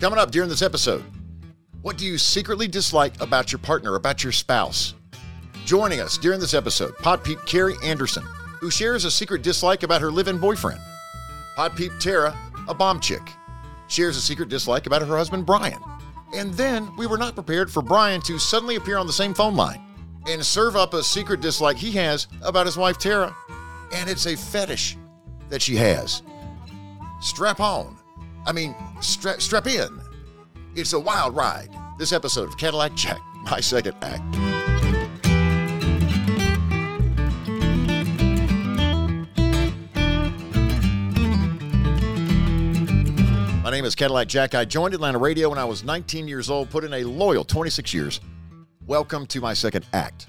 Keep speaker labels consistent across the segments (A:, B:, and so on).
A: Coming up during this episode, what do you secretly dislike about your partner, about your spouse? Joining us during this episode, Pod Peep Carrie Anderson, who shares a secret dislike about her live in boyfriend. Pod Peep Tara, a bomb chick, shares a secret dislike about her husband Brian. And then we were not prepared for Brian to suddenly appear on the same phone line and serve up a secret dislike he has about his wife Tara. And it's a fetish that she has. Strap on. I mean, stra- strap in. It's a wild ride. This episode of Cadillac Jack, my second act. My name is Cadillac Jack. I joined Atlanta Radio when I was 19 years old, put in a loyal 26 years. Welcome to my second act.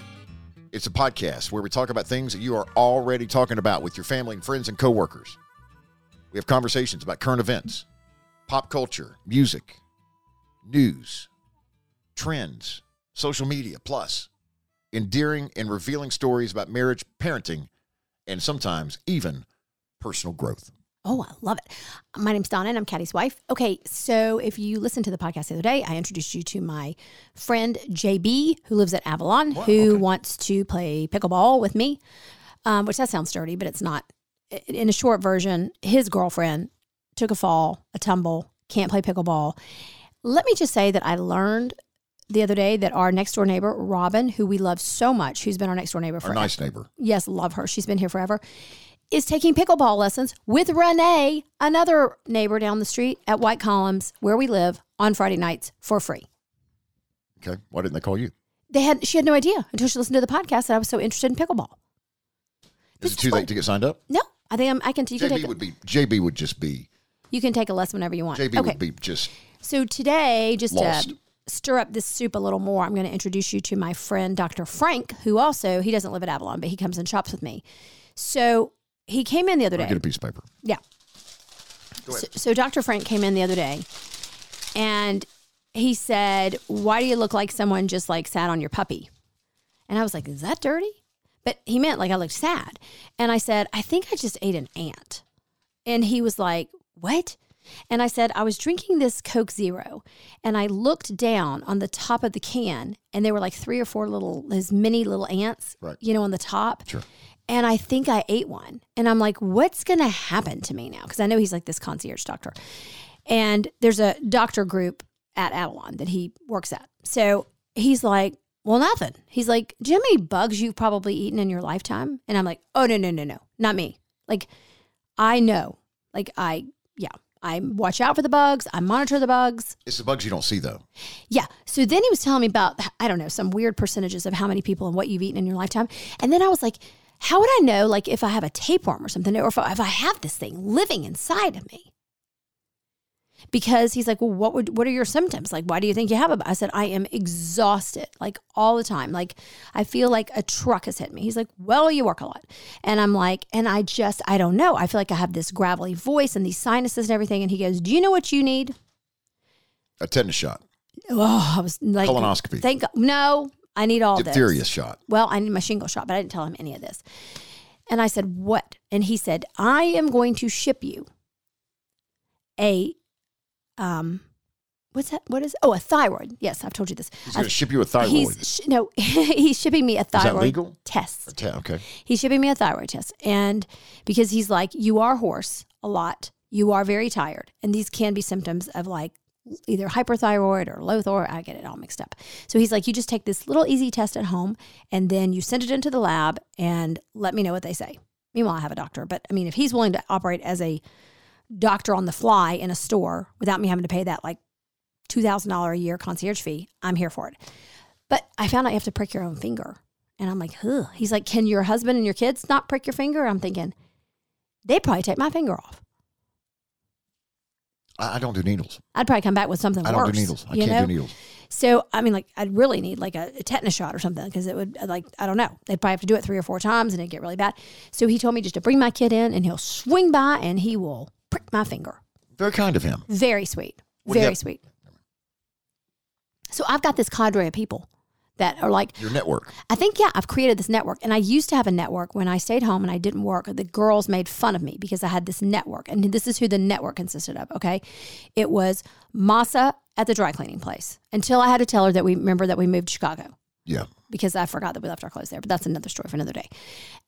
A: It's a podcast where we talk about things that you are already talking about with your family and friends and coworkers. We have conversations about current events, pop culture, music, news, trends, social media, plus endearing and revealing stories about marriage, parenting, and sometimes even personal growth.
B: Oh, I love it. My name's Donna and I'm Caddy's wife. Okay, so if you listened to the podcast the other day, I introduced you to my friend JB, who lives at Avalon,
A: Wow,
B: who
A: okay.
B: wants to play pickleball with me, um, which that sounds dirty, but it's not. I- In a short version, his girlfriend took a fall, a tumble, can't play pickleball. Let me just say that I learned the other day that our next door neighbor, Robin, who we love so much, who's been our next door neighbor
A: Our
B: for
A: nice neighbor.
B: yes, love her. She's been here forever. Is taking pickleball lessons with Renee, another neighbor down the street at White Columns, where we live, on Friday nights for free.
A: Okay. Why didn't they call you?
B: They had she had no idea until she listened to the podcast that I was so interested in pickleball.
A: Is it
B: This
A: too
B: is
A: late to get signed up?
B: No, I think I'm, I can. You can
A: JB
B: take
A: would be JB would just be
B: you can take a lesson whenever you want.
A: JB
B: okay,
A: would be just
B: so today just
A: Lost.
B: to stir up this soup a little more, I'm going to introduce you to my friend Dr. Frank, who also he doesn't live at Avalon, but he comes and shops with me. So he came in the other day.
A: get a piece of paper.
B: Yeah.
A: Go ahead.
B: So, so Dr. Frank came in the other day and he said, Why do you look like someone just like sat on your puppy? And I was like, Is that dirty? But he meant like I looked sad. And I said, I think I just ate an ant. And he was like, What? And I said, I was drinking this Coke Zero and I looked down on the top of the can and there were like three or four little, those mini little ants,
A: Right.
B: you know, on the top
A: Sure.
B: and I think I ate one. And I'm like, what's going to happen to me now? Because I know he's like this concierge doctor. And there's a doctor group at Avalon that he works at. So he's like, well, nothing. He's like, do you know how many bugs you've probably eaten in your lifetime? And I'm like, oh, no, no, no, no, not me. Like, I know. Like, I, yeah, I watch out for the bugs, I monitor the bugs.
A: It's the bugs you don't see though.
B: Yeah. So then he was telling me about, I don't know, some weird percentages of how many people and what you've eaten in your lifetime. And then I was like, how would I know, like, if I have a tapeworm or something, or if I, if I have this thing living inside of me? Because he's like, well, what would, what are your symptoms? Like, why do you think you have it? I said, I am exhausted, like all the time. Like, I feel like a truck has hit me. He's like, well, you work a lot, and I'm like, and I just, I don't know. I feel like I have this gravelly voice and these sinuses and everything. And he goes, do you know what you need?
A: A tetanus shot,
B: Oh, I was like
A: Colonoscopy.
B: Thank God. No, I need all
A: diphtheria
B: this.
A: shot.
B: Well, I need my shingle shot, but I didn't tell him any of this. And I said, "What?" And he said, "I am going to ship you a um, what's that? What is? Oh, a thyroid. Yes, I've told you this.
A: He's
B: I-
A: going to ship you a thyroid.
B: He's sh- no, he's shipping me a
A: that
B: thyroid
A: legal?
B: test.
A: Ta- okay.
B: He's shipping me a thyroid test. And because he's like, you are hoarse a lot, you are very tired. And these can be symptoms of like either hyperthyroid or low thyroid. I get it all mixed up. So he's like, you just take this little easy test at home and then you send it into the lab and let me know what they say. Meanwhile, I have a doctor. But I mean, if he's willing to operate as a doctor on the fly in a store without me having to pay that like $2,000 a year concierge fee, I'm here for it. But I found out you have to prick your own finger. And I'm like, ugh. He's like, can your husband and your kids not prick your finger? I'm thinking, they'd probably take my finger off.
A: I, I don't do needles.
B: I'd probably come back with something
A: I
B: worse.
A: don't do needles. I
B: you
A: can't
B: know?
A: do needles.
B: So, I mean, like, I'd really need like a, a tetanus shot or something because it would, uh, like, I don't know. They'd probably have to do it three or four times and it'd get really bad. So he told me just to bring my kid in and he'll swing by and he will prick my finger.
A: Very kind of him.
B: Very sweet.
A: Well,
B: Very
A: yeah.
B: sweet. So I've got this cadre of people that are like
A: Your network.
B: I think, yeah, I've created this network. And I used to have a network when I stayed home and I didn't work. The girls made fun of me because I had this network. And this is who the network consisted of. Okay. It was Masa at the dry cleaning place until I had to tell her that we remember that we moved to Chicago
A: Yeah.
B: because I forgot that we left our clothes there. But that's another story for another day.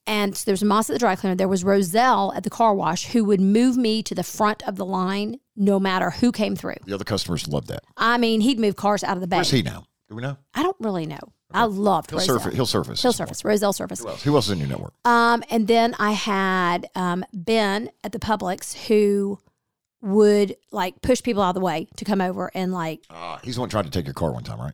B: And so there's Moss at the dry cleaner. There was Roselle at the car wash who would move me to the front of the line no matter who came through.
A: The other customers love that.
B: I mean, he'd move cars out of the bay.
A: Where's he now? Do we know?
B: I don't really know. I loved
A: He'll
B: Roselle.
A: surface. He'll surface.
B: Hill surface, Roselle surface.
A: Who else? Who else is in your network?
B: Um, and then I had um, Ben at the Publix who would like push people out of the way to come over and like
A: Ah, he's the one trying to take your car one time, right?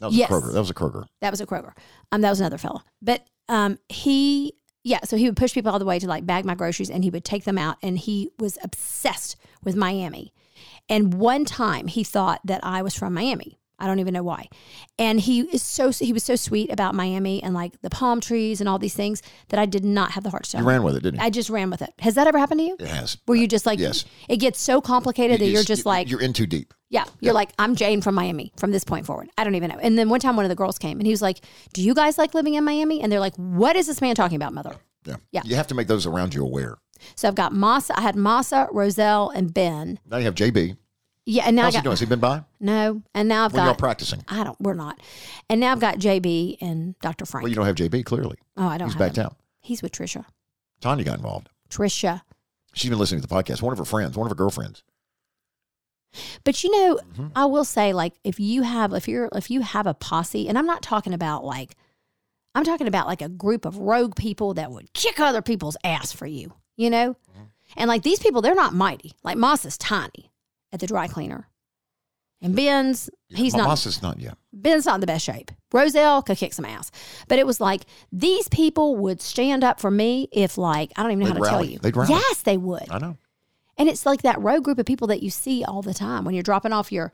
A: That was
B: Yes.
A: a Kroger. That was a Kroger.
B: that was a Kroger. Um, that was another fella. But um, he yeah, so he would push people out of the way to like bag my groceries and he would take them out and he was obsessed with Miami. And one time he thought that I was from Miami. I don't even know why. And he is so he was so sweet about Miami and like the palm trees and all these things that I did not have the heart to tell
A: You
B: him.
A: ran with it, didn't you?
B: I just ran with it. Has that ever happened to you?
A: it has.
B: Where you just like
A: Yes.
B: it gets so complicated that
A: You-
B: you're just like
A: you're in too deep.
B: yeah, you're like, I'm Jane from Miami from this point forward. I don't even know. And then one time, one of the girls came and he was like, Do you guys like living in Miami? And they're like, What is this man talking about, mother?
A: Yeah.
B: Yeah.
A: You have to make those around you aware.
B: So I've got Masa, I had Masa, Roselle, and Ben.
A: Now you have JB.
B: Yeah, and now
A: How's he
B: I got
A: doing? Has he been by?
B: no, and now I've
A: When y'all
B: got
A: practicing?
B: I don't, we're not, and now I've got JB and Dr. Frank.
A: Well, you don't have JB clearly.
B: oh, I don't.
A: He's
B: have
A: back
B: him.
A: out.
B: He's with Trisha.
A: Tanya got involved.
B: Trisha,
A: She's been listening to the podcast. One of her friends, one of her girlfriends.
B: But you know,
A: Mm-hmm.
B: I will say, like, if you have, if you're, if you have a posse, and I'm not talking about like, I'm talking about like a group of rogue people that would kick other people's ass for you, you know,
A: Mm-hmm.
B: and like these people, they're not mighty. Like Moss is tiny at the dry cleaner, and Ben's he's
A: My
B: not
A: boss is not yet.
B: Ben's not in the best shape. Roselle could kick some ass, but it was like these people would stand up for me if like I don't even know
A: They'd
B: how to
A: rally.
B: tell you.
A: They'd rally.
B: yes, they would.
A: I know.
B: And it's like that road group of people that you see all the time when you're dropping off your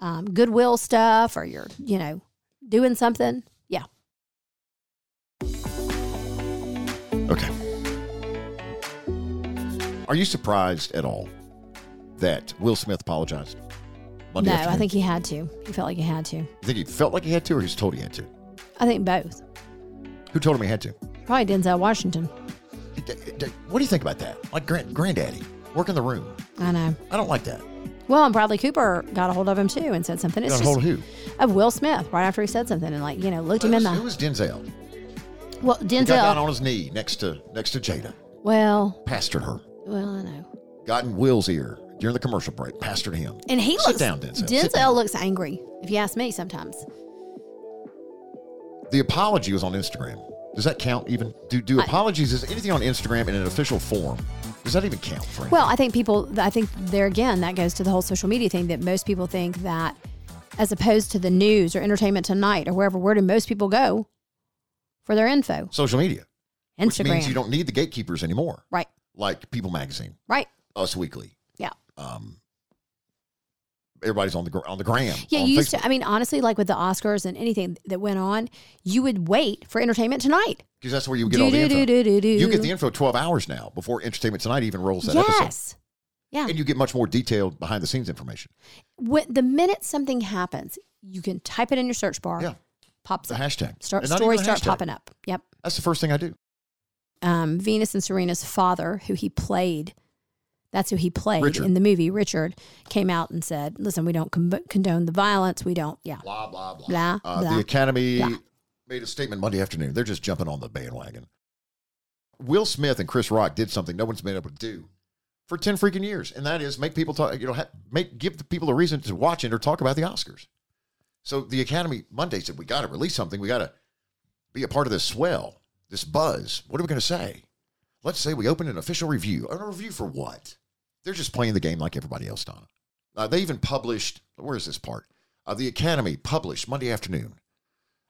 B: um, Goodwill stuff or you're, you know, doing something. Yeah.
A: Okay. Are you surprised at all that Will Smith apologized? Monday
B: no, I
A: afternoon?
B: think he had to. He felt like he had to.
A: You think he felt like he had to, or he was told he had to?
B: I think both.
A: Who told him he had to?
B: Probably Denzel Washington.
A: D- d- What do you think about that? Like grand, granddaddy, work in the room.
B: I know.
A: I don't like that.
B: Well, and Bradley Cooper got a hold of him too and said something.
A: You
B: It's
A: know, hold
B: just
A: who?
B: of Will Smith right after he said something and like you know looked him in
A: Who was- who
B: the
A: was Denzel?
B: well
A: He got down
B: Denzel.
A: on his knee next to next to Jada,
B: Well,
A: pastored her,
B: well I know.
A: got in Will's ear during the commercial break, pastored him.
B: And he
A: Sit
B: looks
A: down, Denzel. Sit
B: Denzel
A: down.
B: looks angry if you ask me sometimes.
A: The apology was on Instagram. Does that count even? Do do apologies? Is anything on Instagram in an official form? Does that even count for anything?
B: Well, I think people, I think there again, that goes to the whole social media thing that most people think that as opposed to the news or entertainment tonight or wherever, where do most people go for their info?
A: social media,
B: Instagram.
A: which means you don't need the gatekeepers anymore,
B: right,
A: like People Magazine,
B: right.
A: Us Weekly.
B: Yeah.
A: Um, everybody's on the gr- on the gram.
B: Yeah,
A: on
B: you used
A: Facebook.
B: to, I mean, honestly, like with the Oscars and anything that went on, you would wait for entertainment tonight.
A: Because that's where you get all the info.
B: Do-do-do-do-do-do.
A: You get the info 12 hours now before Entertainment Tonight even rolls that episode.
B: Yes. Yeah.
A: And you get much more detailed behind the scenes information.
B: When, the minute something happens, you can type it in your search bar,
A: Yeah.
B: pops
A: The
B: up.
A: hashtag.
B: Start,
A: And not even
B: stories
A: a
B: start
A: hashtag.
B: popping up. Yep.
A: That's the first thing I do.
B: um, Venus and Serena's father, who he played, that's who he played
A: Richard.
B: in the movie, Richard, came out and said, listen, we don't com- condone the violence. We don't, yeah.
A: Blah, blah, blah.
B: Blah,
A: uh,
B: blah,
A: the Academy
B: blah.
A: made a statement Monday afternoon. They're just jumping on the bandwagon. Will Smith and Chris Rock did something no one's been able to do for 10 freaking years. And that is make people talk, you know, ha- make give the people a reason to watch it or talk about the Oscars. So the Academy Monday said, we got to release something. We got to be a part of this swell, this buzz. What are we going to say? Let's say we open an official review. A review for what? They're just playing the game like everybody else, Donna. Uh, they even published, where is this part? Uh, the Academy published Monday afternoon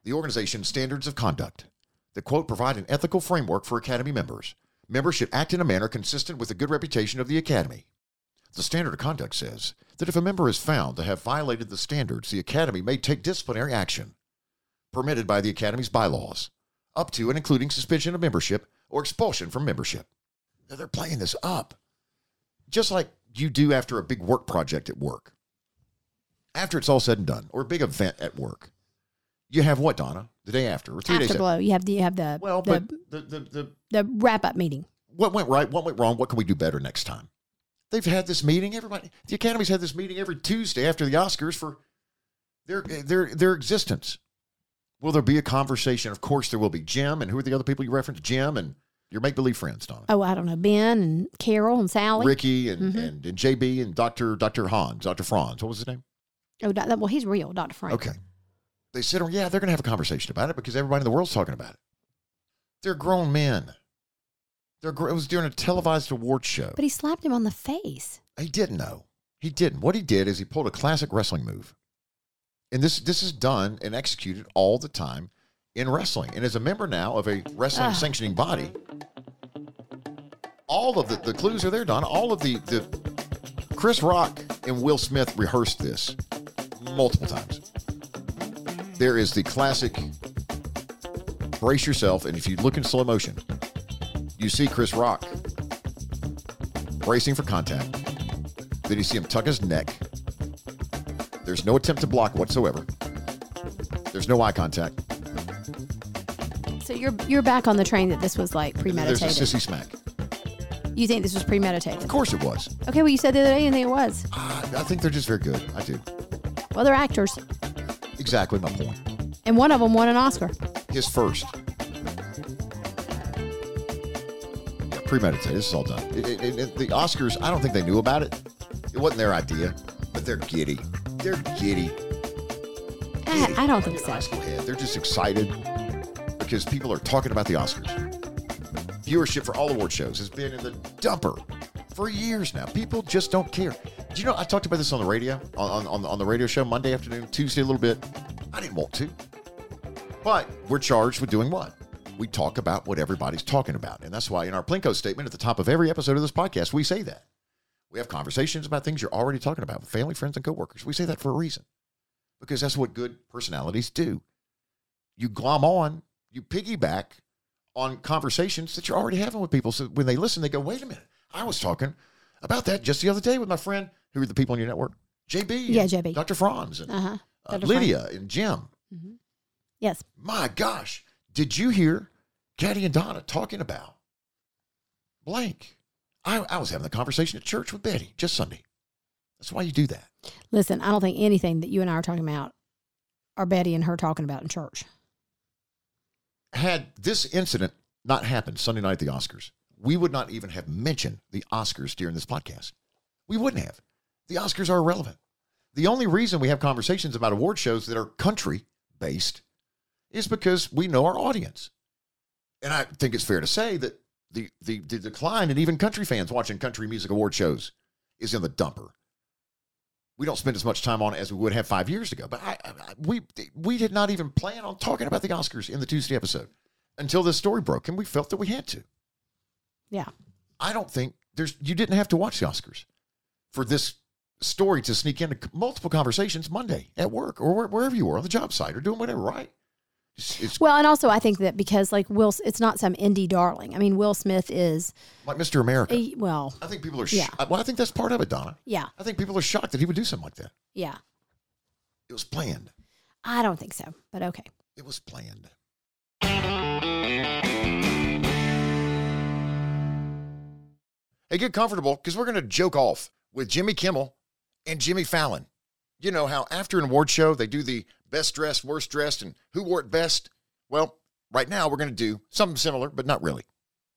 A: the organization's standards of conduct that, quote, provide an ethical framework for Academy members. Members should act in a manner consistent with the good reputation of the Academy. The standard of conduct says that if a member is found to have violated the standards, the Academy may take disciplinary action permitted by the Academy's bylaws, up to and including suspension of membership or expulsion from membership. Now, they're playing this up, just like you do after a big work project at work. After it's all said and done, or a big event at work, You have what, Donna? The day after or three days after?
B: Afterblow. You have the you have the
A: Well,
B: the,
A: but the, the, the,
B: the wrap up meeting.
A: what went right, what went wrong, what can we do better next time? They've had this meeting. Everybody, the Academy's had this meeting every Tuesday after the Oscars for their their their existence. Will there be a conversation? Of course, there will be. Jim and who are the other people you referenced? Jim and your make believe friends, Donna,
B: Oh, I don't know, Ben and Carol and Sally.
A: Ricky and,
B: Mhm.
A: and and JB and Doctor Doctor Hans, Doctor Franz. What was his name?
B: Oh, doc- well, he's real, Doctor Frank.
A: Okay. They sit on, yeah, they're going to have a conversation about it because everybody in the world's talking about it. They're grown men. They're gr- it was during a televised award show.
B: But he slapped him on the face.
A: He didn't know. He didn't. What he did is he pulled a classic wrestling move. And this this is done and executed all the time in wrestling. And as a member now of a wrestling
B: Ugh.
A: sanctioning body, all of the, the clues are there, Don. All of the, the Chris Rock and Will Smith rehearsed this multiple times. There is the classic brace yourself, and if you look in slow motion, you see Chris Rock bracing for contact. Then you see him tuck his neck. There's no attempt to block whatsoever. There's no eye contact.
B: So you're you're back on the train that this was like
A: There's a
B: premeditated.
A: sissy smack.
B: you think this was premeditated?
A: Of course it was.
B: Okay, well you said the other day and it was.
A: Ah, I think they're just very good. I do.
B: Well, they're actors,
A: Exactly my point.
B: and one of them won an Oscar.
A: His first. Yeah, premeditated. This is all done. It- it- it- it- the Oscars, I don't think they knew about it. It wasn't their idea, but they're giddy. They're giddy.
B: I, I don't think
A: Fucking high
B: so.
A: school head. They're just excited because people are talking about the Oscars. Viewership for all award shows has been in the dumper for years now. People just don't care. Do you know, I talked about this on the radio, on, on, on the radio show Monday afternoon, Tuesday a little bit. I didn't want to. But we're charged with doing what? We talk about what everybody's talking about. And that's why in our Plinko statement at the top of every episode of this podcast, we say that. We have conversations about things you're already talking about with family, friends, and coworkers. We say that for a reason because that's what good personalities do. You glom on, you piggyback on conversations that you're already having with people. So when they listen, they go, wait a minute, I was talking about that just the other day with my friend. Who are the people on your network? JB. and
B: Yeah, JB.
A: Dr. Franz and
B: Uh huh.
A: uh,
B: Dr. Franz.
A: Lydia and Jim.
B: Yes.
A: My gosh, did you hear Caddy and Donna talking about blank? I, I was having a conversation at church with Betty just Sunday. That's why you do that.
B: Listen, I don't think anything that you and I are talking about are Betty and her talking about in church.
A: had this incident not happened Sunday night at the Oscars, we would not even have mentioned the Oscars during this podcast. We wouldn't have. The Oscars are irrelevant. The only reason we have conversations about award shows that are country based is because we know our audience. And I think it's fair to say that the, the, the decline in even country fans watching country music award shows is in the dumper. We don't spend as much time on it as we would have five years ago. But I, I, I- we, we did not even plan on talking about the Oscars in the Tuesday episode until this story broke, and we felt that we had to.
B: Yeah.
A: I don't think there's you didn't have to watch the Oscars for this story to sneak into c- multiple conversations Monday at work or where, wherever you were on the job site or doing whatever, right? It's, it's
B: Well, and also I think that because like Will, it's not some indie darling. I mean, Will Smith is
A: like Mr. America. I
B: a well,
A: think people are. Sh-
B: Yeah.
A: Well, I think that's part of it, Donna.
B: yeah,
A: I think people are shocked that he would do something like that.
B: yeah.
A: It was planned.
B: I don't think so, but okay.
A: It was planned. Hey, get comfortable because we're going to joke off with Jimmy Kimmel and Jimmy Fallon. You know how after an award show, they do the best dressed, worst dressed, and who wore it best? Well, right now, we're going to do something similar, but not really.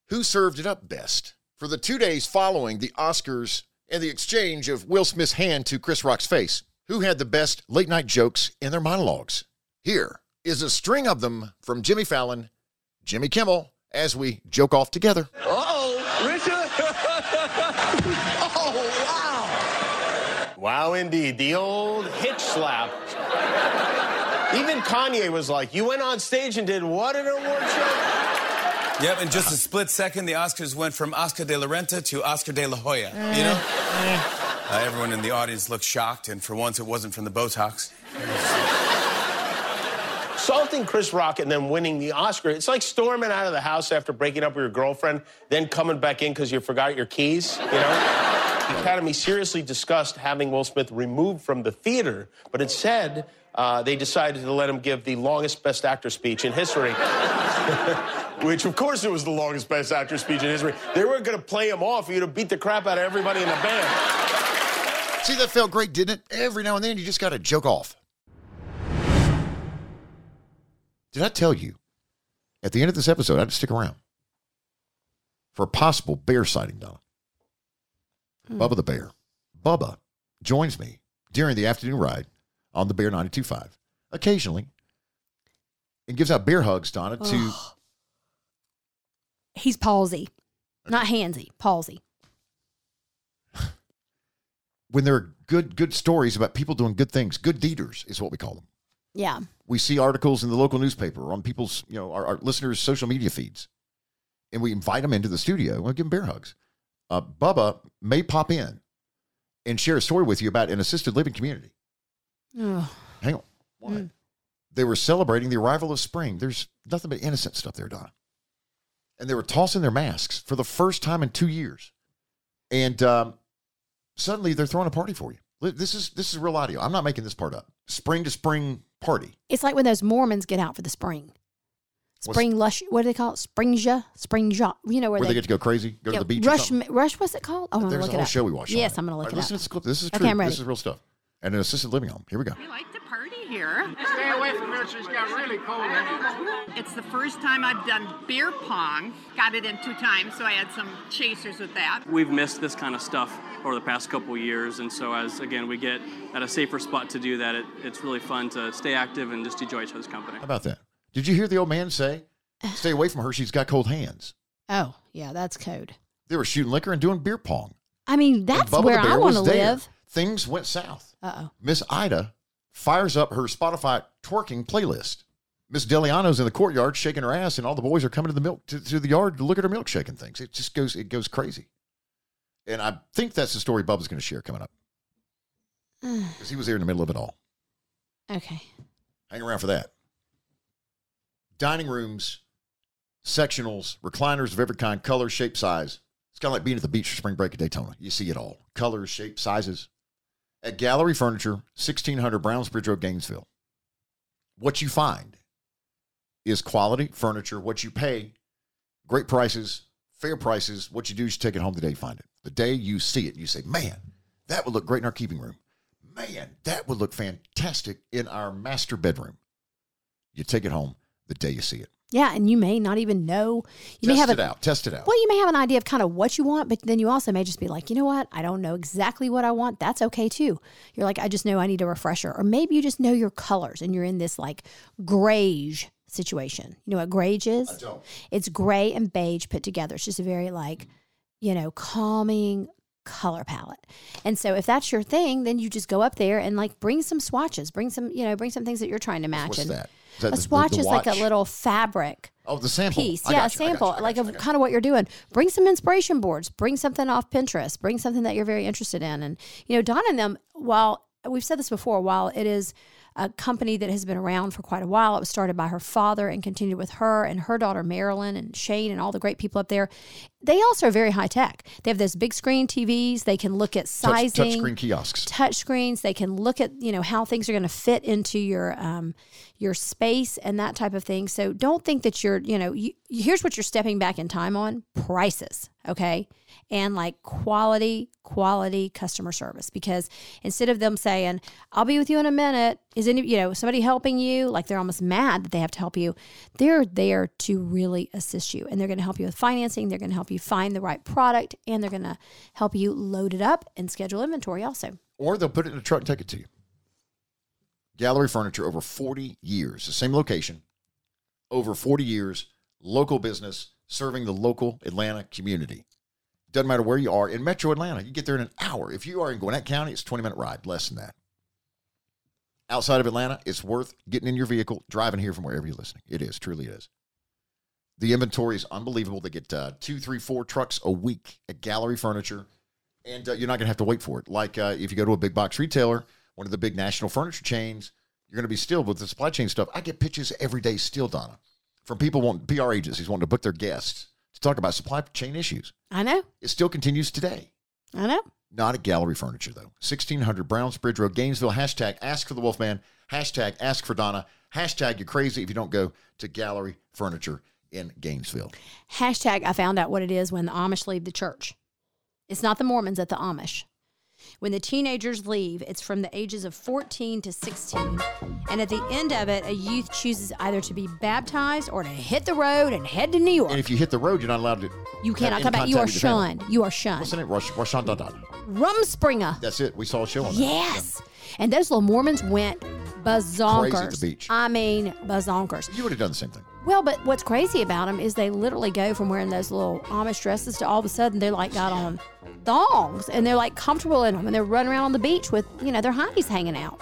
A: Who served it up best? For the two days following the Oscars and the exchange of Will Smith's hand to Chris Rock's face, who had the best late night jokes in their monologues? Here is a string of them from Jimmy Fallon, Jimmy Kimmel, as we joke off together.
C: Uh-oh, Richard. oh, wow. Wow, indeed. The old hitch slap. Even Kanye was like, you went on stage and did what at an award show?
D: Yep, in just a split second, the Oscars went from Oscar de la Renta to Oscar de la Hoya. You know? Uh, everyone in the audience looked shocked, and for once, it wasn't from the Botox.
C: Salting Chris Rock and then winning the Oscar. It's like storming out of the house after breaking up with your girlfriend, then coming back in because you forgot your keys, you know? The Academy seriously discussed having Will Smith removed from the theater, but instead, uh, they decided to let him give the longest Best Actor speech in history. Which, of course, it was the longest Best Actor speech in history. They were going to play him off. You'd have beat the crap out of everybody in the band.
A: See, that felt great, didn't it? Every now and then, you just got to joke off. Did I tell you? At the end of this episode, I had to stick around for a possible bear sighting, Donna. Bubba the Bear. Bubba joins me during the afternoon ride on the Bear 92.5 occasionally and gives out bear hugs, Donna, to
B: He's palsy, not handsy, palsy.
A: when there are good, good stories about people doing good things. Good deeders is what we call them.
B: Yeah.
A: we see articles in the local newspaper or on people's, you know, our, our listeners' social media feeds, and we invite them into the studio and we give them bear hugs. Uh, Bubba may pop in and share a story with you about an assisted living community.
B: Ugh.
A: Hang on. What?
B: Mm.
A: They were celebrating the arrival of spring. There's nothing but innocent stuff there, Donna. And they were tossing their masks for the first time in two years. And um, suddenly they're throwing a party for you. Li- This is this is real audio. I'm not making this part up. Spring to spring party.
B: It's like when those Mormons get out for the spring.
A: What's-
B: Spring lush. What do they call it? Springja, springja. You know where,
A: where they, get to go crazy, go
B: yeah,
A: to the beach. or
B: Rush,
A: something.
B: rush. What's it called? Oh, I'm gonna
A: There's
B: look
A: a
B: it
A: whole
B: up.
A: show we watched. on
B: Yes,
A: it.
B: I'm gonna
A: All
B: look
A: right,
B: it up.
A: Listen to this clip. This is
B: Okay,
A: true.
B: I'm ready.
A: This is real stuff. And an assisted living home. Here we go.
E: We like to party here.
F: Stay away from her. She's got really cold in here.
E: It's the first time I've done beer pong. Got it in two times, so I had some chasers with that.
G: We've missed this kind of stuff over the past couple years, and so as again we get at a safer spot to do that, it, it's really fun to stay active and just enjoy each other's company.
A: How about that? Did you hear the old man say, "Stay away from her. She's got cold hands."
B: Oh, yeah, that's code.
A: They were shooting liquor and doing beer pong.
B: I mean,
A: And
B: that's
A: Bubba the
B: where I
A: Bear
B: want to
A: was there.
B: live.
A: Things went south.
B: Uh oh.
A: Miss Ida fires up her Spotify twerking playlist. Miss Deliano's in the courtyard shaking her ass, and all the boys are coming to the milk to, to the yard to look at her milkshake and things. It just goes it goes crazy. And I think that's the story Bubba's going to share coming up because he was there in the middle of it all.
B: Okay.
A: Hang around for that. Dining rooms, sectionals, recliners of every kind, color, shape, size. It's kind of like being at the beach for spring break at Daytona. You see it all colors, shape, sizes. At Gallery Furniture, 1600 Brownsbridge Road, Gainesville. What you find is quality furniture, what you pay, great prices, fair prices. What you do is you take it home the day you find it. The day you see it, you say, man, that would look great in our keeping room man, that would look fantastic in our master bedroom. You take it home the day you see it.
B: Yeah, and you may not even know. You may
A: Test
B: have
A: it
B: a,
A: out. Test it out.
B: Well, you may have an idea of kind of what you want, but then you also may just be like, you know what? I don't know exactly what I want. That's okay too. You're like, I just know I need a refresher. Or maybe you just know your colors and you're in this like grayish situation. You know what grayish is? I
A: don't.
B: It's gray and beige put together. It's just a very like, you know, calming color palette. And so if that's your thing, then you just go up there and like bring some swatches, bring some, you know, bring some things that you're trying to match.
A: What's
B: and
A: that? Is that
B: a
A: the- the-
B: swatch
A: the
B: is like
A: watch?
B: a little fabric
A: Oh, the sample.
B: piece.
A: I
B: yeah, a
A: got you, I got you,
B: sample,
A: I got
B: like
A: you,
B: of
A: I got
B: kind of what you're doing. Bring some inspiration boards. Bring something off Pinterest. Bring something that you're very interested in. And you know, Don and them. While we've said this before, while it is a company that has been around for quite a while, it was started by her father and continued with her and her daughter Marilyn and Shane and all the great people up there. They also are very high tech. They have those big screen TVs. They can look at
A: you.
B: sizing
A: Touch, touchscreen kiosks.
B: touch screens. They can look at you know how things are going to fit into your um, your space and that type of thing. So don't think that you're you know you, you- here's what you're stepping back in time on prices, okay, and like quality quality customer service because instead of them saying I'll be with you in a minute, is any you know somebody helping you like they're almost mad that they have to help you. They're there to really assist you and they're going to help you with financing. They're going to help you find the right product and they're going to help you load it up and schedule inventory also.
A: Or they'll put it in a truck and take it to you. Gallery Furniture, over 40 years, the same location, over 40 years, local business serving the local Atlanta community. Doesn't matter where you are in metro Atlanta, you get there in an hour. If you are in Gwinnett County, it's a 20 minute ride, less than that. Outside of Atlanta, it's worth getting in your vehicle, driving here from wherever you're listening. It is, truly it is. The inventory is unbelievable. They get uh, two, three, four trucks a week at Gallery Furniture and uh, you're not going to have to wait for it. Like uh, if you go to a big box retailer, one of the big national furniture chains, you're going to be still with the supply chain stuff. I get pitches every day still, Donna, from people want PR agencies wanting to book their guests to talk about supply chain issues.
B: I know.
A: It still continues today.
B: I know.
A: Not at Gallery Furniture, though. 1600 Browns Bridge Road, Gainesville. Hashtag ask for the Wolfman. Hashtag ask for Donna. Hashtag you're crazy if you don't go to Gallery Furniture in Gainesville.
B: Hashtag I found out what it is when the Amish leave the church. It's not the Mormons at the Amish. When the teenagers leave, it's from the ages of 14 to 16. And at the end of it, a youth chooses either to be baptized or to hit the road and head to New York.
A: And if you hit the road, you're not allowed to.
B: you
A: have
B: cannot
A: any
B: come back.
A: contact
B: You are
A: with your family.
B: shunned. You are shunned.
A: What's the name? Rosh, Roshanda Donna.
B: Rumspringer.
A: That's it. We saw a show on that.
B: Yes. And those little Mormons went bazonkers.
A: beach.
B: I mean, bazonkers.
A: You would have done the same thing.
B: Well, but what's crazy about them is they literally go from wearing those little Amish dresses to all of a sudden they're like got on thongs and they're like comfortable in them and they're running around on the beach with, you know, their hindies hanging out.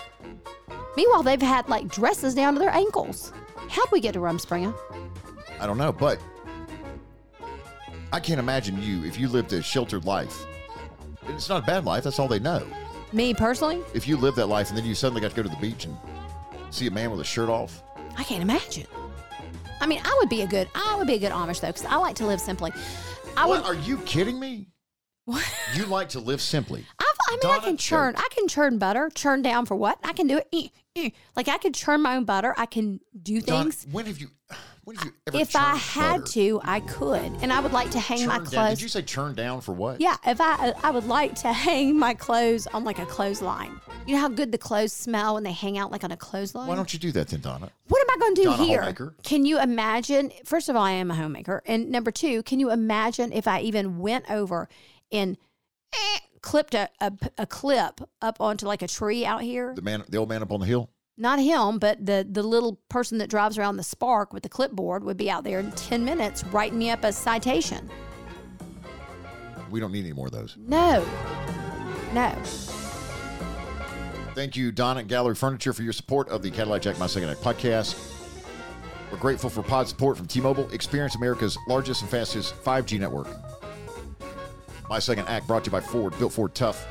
B: Meanwhile, they've had like dresses down to their ankles. How'd we get to Rumspringa?
A: I don't know, but I can't imagine you if you lived a sheltered life. It's not a bad life. That's all they know.
B: Me personally,
A: If you live that life and then you suddenly got to go to the beach and see a man with a shirt off,
B: I can't imagine. I mean, I would be a good, I would be a good Amish though, because I like to live simply. I would,
A: what? Are you kidding me? You like to live simply.
B: I've, I mean, I
A: Donna
B: can churn.
A: Church.
B: I can churn butter, churn down for what? I can do it. Eh, eh. Like I can churn my own butter. I can do
A: Don,
B: things.
A: when have you? When have you ever?
B: if I
A: churned
B: had
A: butter?
B: to, I could, and I would like to hang my
A: Churned down. Did you
B: clothes.
A: say churn down for what?
B: Yeah, if I I would like to hang my clothes on like a clothesline. You know how good the clothes smell when they hang out like on a clothesline.
A: Why don't you do that then, Donna?
B: what am I going to do
A: Donna
B: here?
A: Homemaker?
B: Can you imagine? First of all, I am a homemaker, and number two, can you imagine if I even went over and eh, clipped a, a a clip up onto like a tree out here?
A: The man, the old man up on the hill.
B: not him, but the the little person that drives around the spark with the clipboard would be out there in ten minutes writing me up a citation.
A: We don't need any more of those.
B: No. No.
A: Thank you, Don at Gallery Furniture, for your support of the Cadillac Jack My Second Act podcast. We're grateful for pod support from T Mobile, Experience America's largest and fastest 5G network. My Second Act brought to you by Ford, built Ford tough.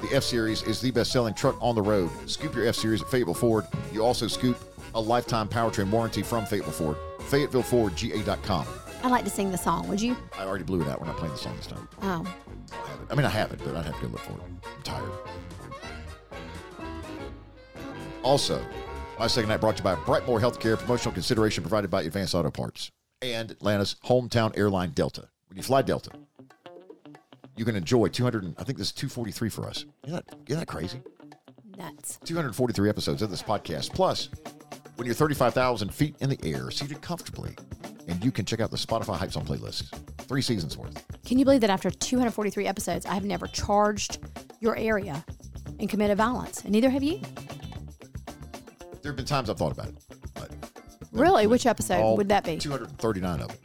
A: The F Series is the best selling truck on the road. Scoop your F Series at Fayetteville Ford. You also scoop a lifetime powertrain warranty from Fayetteville Ford. FayettevilleFordGA.com.
B: I'd like to sing the song, would you?
A: I already blew it out. We're not playing the song this time.
B: Oh.
A: I have it. I mean, I have it, but I'd have to go look for it. I'm tired. Also, my second night brought to you by Brightmore Healthcare, promotional consideration provided by Advanced Auto Parts and Atlanta's hometown airline Delta. When you fly Delta, you can enjoy 200. And, I think this is 243 for us. Isn't that, isn't that crazy?
B: Nuts.
A: 243 episodes of this podcast. Plus, when you're 35,000 feet in the air, seated comfortably, and you can check out the Spotify Hype Song playlist. Three seasons worth.
B: Can you believe that after 243 episodes, I have never charged your area and committed violence? And neither have you.
A: There have been times I've thought about it, but
B: Really? Which episode
A: all
B: would that be?
A: 239 of it.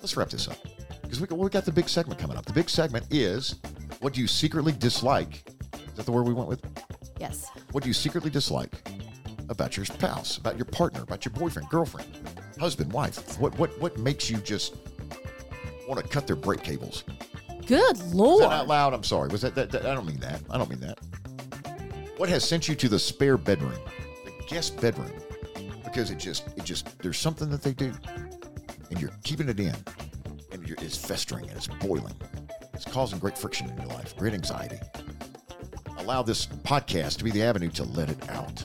A: Let's wrap this up because we, we got the big segment coming up. The big segment is what do you secretly dislike? Is that the word we went with?
B: Yes.
A: What do you secretly dislike about your spouse, about your partner, about your boyfriend, girlfriend, husband, wife? What what what makes you just want to cut their brake cables?
B: Good
A: Was
B: lord.
A: that out loud? I'm sorry. Was that, that, that? I don't mean that. I don't mean that. What has sent you to the spare bedroom, the guest bedroom? Because it just, it just, there's something that they do, and you're keeping it in, and you're, it's festering and it's boiling. It's causing great friction in your life, great anxiety. Allow this podcast to be the avenue to let it out.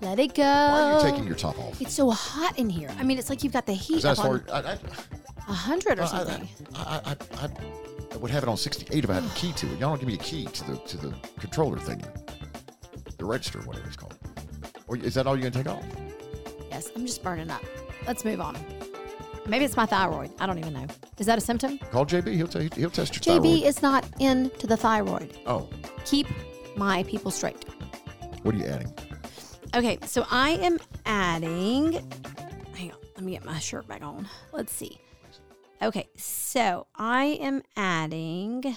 B: Let it go.
A: Why are you taking your top off?
B: It's so hot in here. I mean, it's like you've got the
A: Is
B: heat
A: that
B: up
A: as far?
B: on
A: I, I,
B: 100
A: I,
B: or something.
A: I, I, I, I would have it on 68 if I had a key to it. Y'all don't give me a key to the to the controller thing, the register, whatever it's called. Or is that all you're gonna take off?
B: Yes, I'm just burning up. Let's move on. Maybe it's my thyroid. I don't even know. Is that a symptom?
A: Call JB. He'll tell you, he'll test your
B: JB
A: thyroid.
B: is not into the thyroid.
A: oh,
B: Keep my people straight.
A: what are you adding?
B: Okay, so I am adding. Hang on, let me get my shirt back on. Let's see. Okay, so I am adding.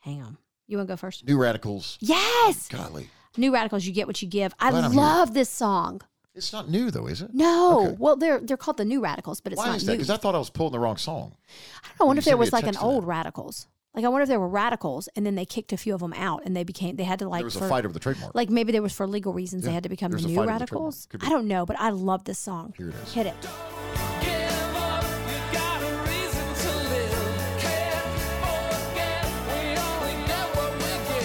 B: Hang on. You want to go first?
A: New radicals.
B: Yes!
A: Golly,
B: New Radicals, you get what you give. I
A: Glad I'm here.
B: love this song.
A: it's not new though, is it?
B: No,
A: Okay.
B: well, they're they're called the New Radicals, but it's
A: Why
B: not
A: is that?
B: new.
A: Because I thought I was pulling the wrong song.
B: I don't know, I wonder
A: You
B: if there
A: sent me
B: was
A: a
B: like an
A: text to
B: old
A: that.
B: radicals. Like I wonder if there were radicals, and then they kicked a few of them out, and they became they had to like
A: there was
B: for-
A: a fight over the trademark.
B: like maybe there was for legal reasons they
A: Yeah,
B: had to become
A: there
B: the
A: was a
B: new
A: fight over the
B: radicals.
A: trademark. Could be.
B: I don't know, but I love this song.
A: Here it is.
B: Hit it.
H: Give up, you got a reason to live. Can't forget we are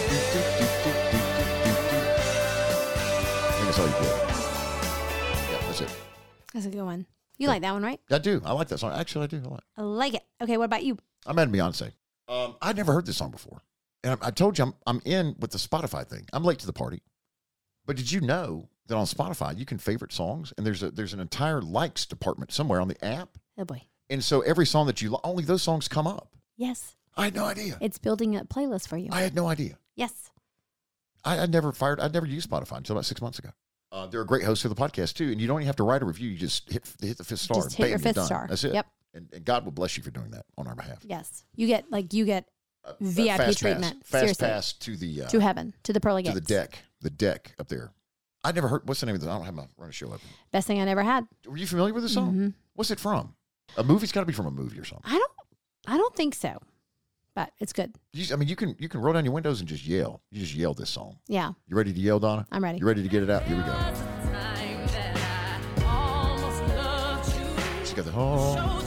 A: That's all you get. Yeah, that's it.
B: That's a good one. You like that one, right?
A: I do. I like that song. Actually, I do. I like.
B: I like it. Okay, what about you?
A: I'm at Beyonce. Um, I'd never heard this song before, and I, I told you I'm I'm in with the Spotify thing. I'm late to the party, but did you know that on Spotify you can favorite songs, and there's a there's an entire likes department somewhere on the app,
B: Oh boy.
A: and so every song that you li- only those songs come up.
B: Yes.
A: I had no idea.
B: It's building a playlist for you.
A: I had no idea.
B: yes.
A: I, I never fired. I never used Spotify until about six months ago. Uh, they're a great host for the podcast too, and you don't even have to write a review. You just hit hit the fifth star.
B: Just
A: and
B: hit
A: bam, you're
B: your fifth
A: done.
B: star.
A: That's it.
B: Yep.
A: And, and God will bless you for doing that on our behalf.
B: Yes. You get like you get
A: Uh,
B: VIP
A: fast
B: treatment.
A: Pass, fast
B: Seriously.
A: pass to the uh,
B: to
A: to,
B: heaven, to the pearly gates.
A: the deck. The deck up there. I never heard. What's the name of the? I don't have my run a show up.
B: Best thing I never had.
A: Were you familiar with the song?
B: Mm-hmm.
A: What's it from? A movie's got to be from a movie or something.
B: I don't I don't think so. But it's good.
A: You, I mean, you can you can roll down your windows and just yell. You just yell this song.
B: Yeah.
A: You ready to yell, Donna?
B: I'm ready.
A: You ready to get it out? Here we go. She "Oh, got the whole.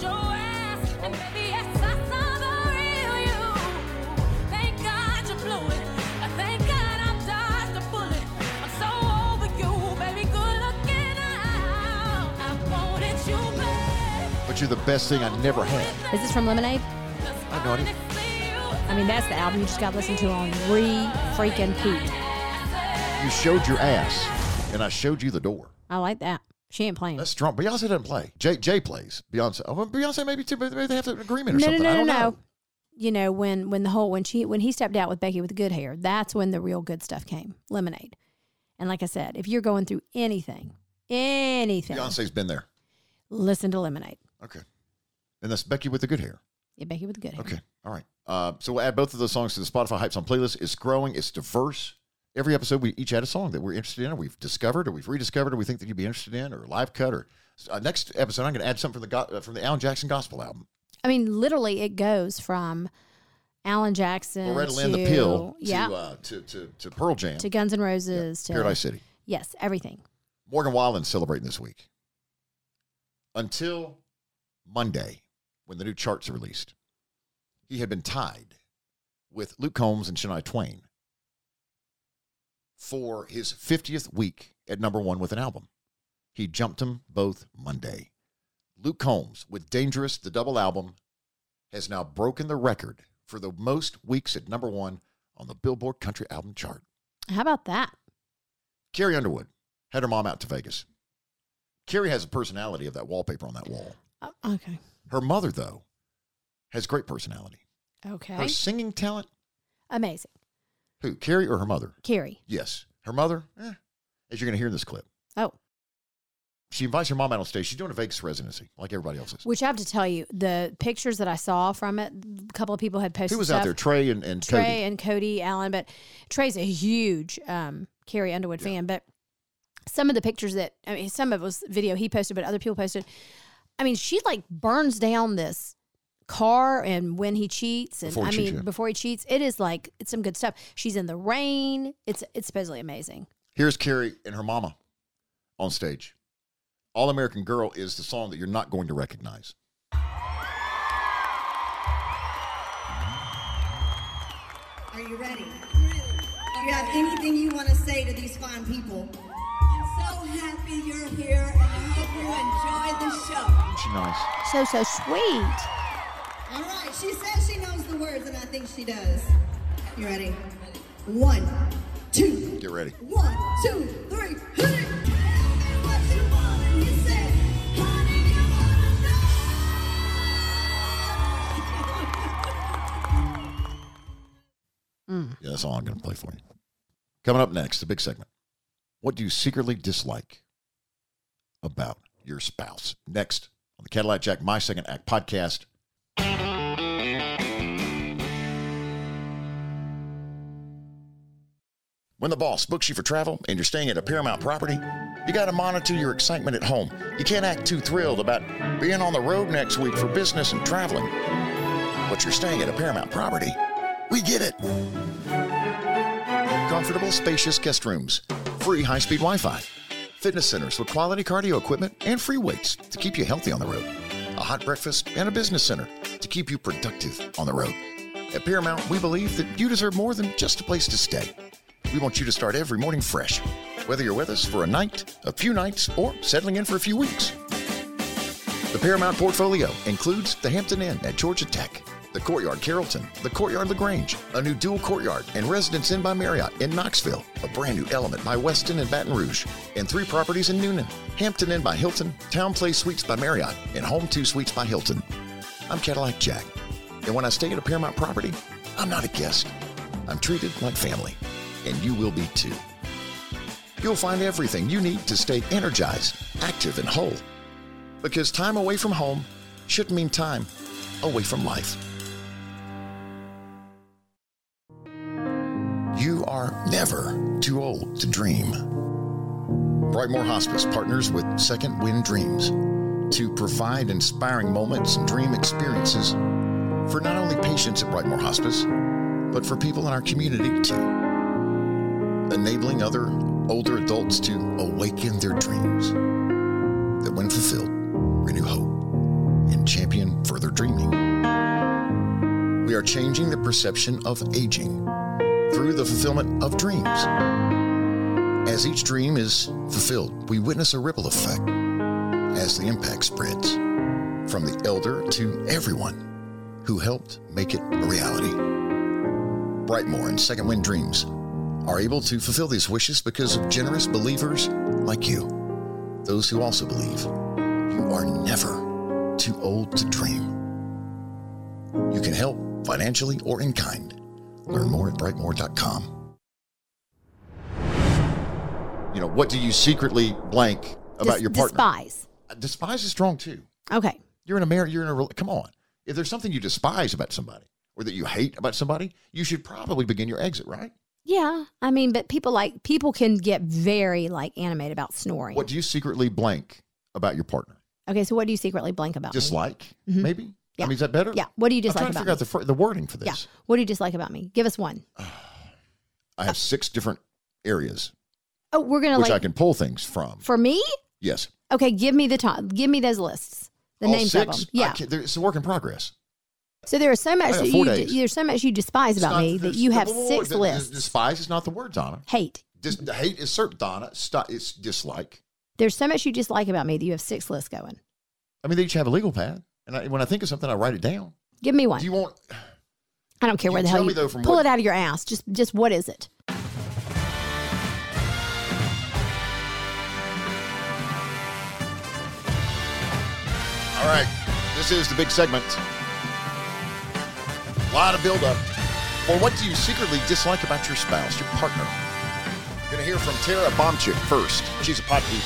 A: But you're the best thing I never had.
B: Is this from Lemonade?
A: I know it.
B: I mean, that's the album you just got to listen to on re freaking peat.
A: You showed your ass, and I showed you the door.
B: I like that. She ain't playing.
A: That's strong. Beyonce doesn't play. Jay Jay plays. Beyonce. Oh, well, Beyonce maybe too. but Maybe they have an agreement or
B: no, no,
A: something. I
B: no,
A: don't
B: no, no.
A: know.
B: You know when when the whole when she when he stepped out with Becky with the good hair, that's when the real good stuff came. Lemonade. And like I said, if you're going through anything, anything,
A: Beyonce's been there.
B: listen to Lemonade.
A: Okay. And that's Becky with the good hair.
B: Yeah, Becky with the good hair.
A: Okay. All right. Uh, so we'll add both of those songs to the Spotify Hypes on playlist. It's growing. It's diverse. Every episode, we each add a song that we're interested in, or we've discovered, or we've rediscovered, or we think that you'd be interested in, or live cut, or uh, next episode, I'm going to add something from the go- uh, from the Alan Jackson Gospel album.
B: I mean, literally, it goes from Alan Jackson
A: Loretta
B: to
A: Lynn, The Pill,
B: yeah,
A: to, uh, to to to Pearl Jam,
B: to Guns N' Roses, to
A: Paradise City.
B: Yes, everything.
A: Morgan Wallen's celebrating this week. Until Monday, when the new charts are released, he had been tied with Luke Combs and Shania Twain for his 50th week at number one with an album. He jumped them both Monday. Luke Combs with Dangerous, the double album, has now broken the record for the most weeks at number one on the Billboard Country Album Chart.
B: How about that?
A: Carrie Underwood had her mom out to Vegas. Carrie has a personality of that wallpaper on that wall.
B: Uh, okay.
A: Her mother, though, has great personality.
B: Okay.
A: Her singing talent,
B: Amazing.
A: who? Carrie or her mother?
B: Carrie.
A: Yes. Her mother, eh, as you're going to hear in this clip.
B: Oh,
A: She invites her mom out on stage. She's doing a Vegas residency, like everybody else is.
B: which I have to tell you, the pictures that I saw from it, a couple of people had posted.
A: Who was
B: stuff.
A: out there? Trey and, and
B: Trey
A: Cody.
B: and Cody Allen, but Trey's a huge um, Carrie Underwood fan. But some of the pictures that I mean, some of it was video he posted, but other people posted. I mean, she like burns down this car, and when he cheats, and
A: Before he
B: I
A: cheats,
B: mean,
A: yeah.
B: before he cheats, it is like it's some good stuff. She's in the rain. It's it's supposedly amazing.
A: Here's Carrie and her mama on stage. All American Girl is the song that you're not going to recognize.
H: Are you ready? Do you have anything you want to say to these fine people? I'm so happy you're here and I hope you enjoy the show.
A: Isn't she nice?
B: So so sweet.
H: All right, she says she knows the words and I think she does. You ready? One, two.
A: Get ready.
H: One, two, three. hit it. Tell me what you want, and you say, "Honey, you wanna know?"
A: Yeah, that's all I'm going to play for you. Coming up next, the big segment. What do you secretly dislike about your spouse? Next on the Cadillac Jack My Second Act podcast. When the boss books you for travel and you're staying at a Paramount property, you got to monitor your excitement at home. You can't act too thrilled about being on the road next week for business and traveling. But you're staying at a Paramount property. We get it comfortable, spacious guest rooms, free high speed Wi Fi, fitness centers with quality cardio equipment and free weights to keep you healthy on the road, a hot breakfast, and a business center to keep you productive on the road. At Paramount, we believe that you deserve more than just a place to stay. We want you to start every morning fresh. whether you're with us for a night, a few nights, or settling in for a few weeks. The Paramount portfolio includes the Hampton Inn at Georgia Tech, the Courtyard Carrollton, the Courtyard LaGrange, a new dual courtyard and Residence Inn by Marriott in Knoxville, a brand new element by Weston and Baton Rouge, and three properties in Noonan, Hampton Inn by Hilton, Town Place Suites by Marriott, and Home 2 Suites by Hilton. I'm Cadillac Jack, and when I stay at a Paramount property, I'm not a guest. I'm treated like family, and you will be too. You'll find everything you need to stay energized, active, and whole because time away from home should mean time away from life. You are never too old to dream. Brightmoor Hospice partners with Second Wind Dreams to provide inspiring moments and dream experiences for not only patients at Brightmoor Hospice, but for people in our community too, enabling other older adults to awaken their dreams that, when fulfilled, renew hope and champion further dreaming. We are changing the perception of aging through the fulfillment of dreams. As each dream is fulfilled, we witness a ripple effect as the impact spreads from the elder to everyone who helped make it a reality. Brightmore and Second Wind Dreams are able to fulfill these wishes because of generous believers like you those who also believe you are never too old to dream. You can help financially or in kind. Learn more at brightmore.com.
I: You know, what do you secretly blank about
B: Des-
I: your partner?
B: Despise.
I: Despise is strong too.
B: Okay.
I: You're in a marriage. You're in a rel- come on. If there's something you despise about somebody or that you hate about somebody, you should probably begin your exit, right?
B: Yeah. I mean, but people like people can get very like animated about snoring.
I: What do you secretly blank about your partner?
B: okay, so what do you secretly blink about? me?
I: Dislike, maybe.
B: Mm-hmm. Yeah.
I: I mean, is that better?
B: Yeah. What do you
I: I'm trying to
B: dislike about
I: figure
B: me?
I: out the, fir- the wording for
B: yeah.
I: this.
B: What do you dislike about me? Give us one.
I: I have six different areas
B: Oh, we're gonna
I: which
B: like
I: I can pull things from.
B: for me.
I: yes,
B: Okay, give me the top. Give me those lists. The
I: All
B: names
I: six.
B: of them.
I: I
B: Yeah.
I: can't- there- it's a work in progress.
B: So there is so much
I: got
B: that
I: four
B: you
I: days.
B: there's so much you despise
I: It's
B: about
I: not-
B: me that
I: there's-
B: you have
I: whoa, whoa, whoa,
B: six
I: d- d-
B: lists.
I: Despise is not the word, Donna.
B: Hate.
I: Dis- hate is cert, Donna. Stop. It's dislike.
B: There's so much you dislike about me that you have six lists going.
I: I mean, they each have a legal pad, and I, when I think of something, I write it down.
B: Give me one.
I: Do you want?
B: I don't care where
I: you
B: the hell
I: tell
B: you
I: me, though, from
B: pull
I: what-
B: it out of your ass. Just just what is it?
I: All right,
A: This is the big segment. A lot of buildup. Or what do you secretly dislike about your spouse, your partner? We're going to hear from Tara Bomchick first. She's a pot geek.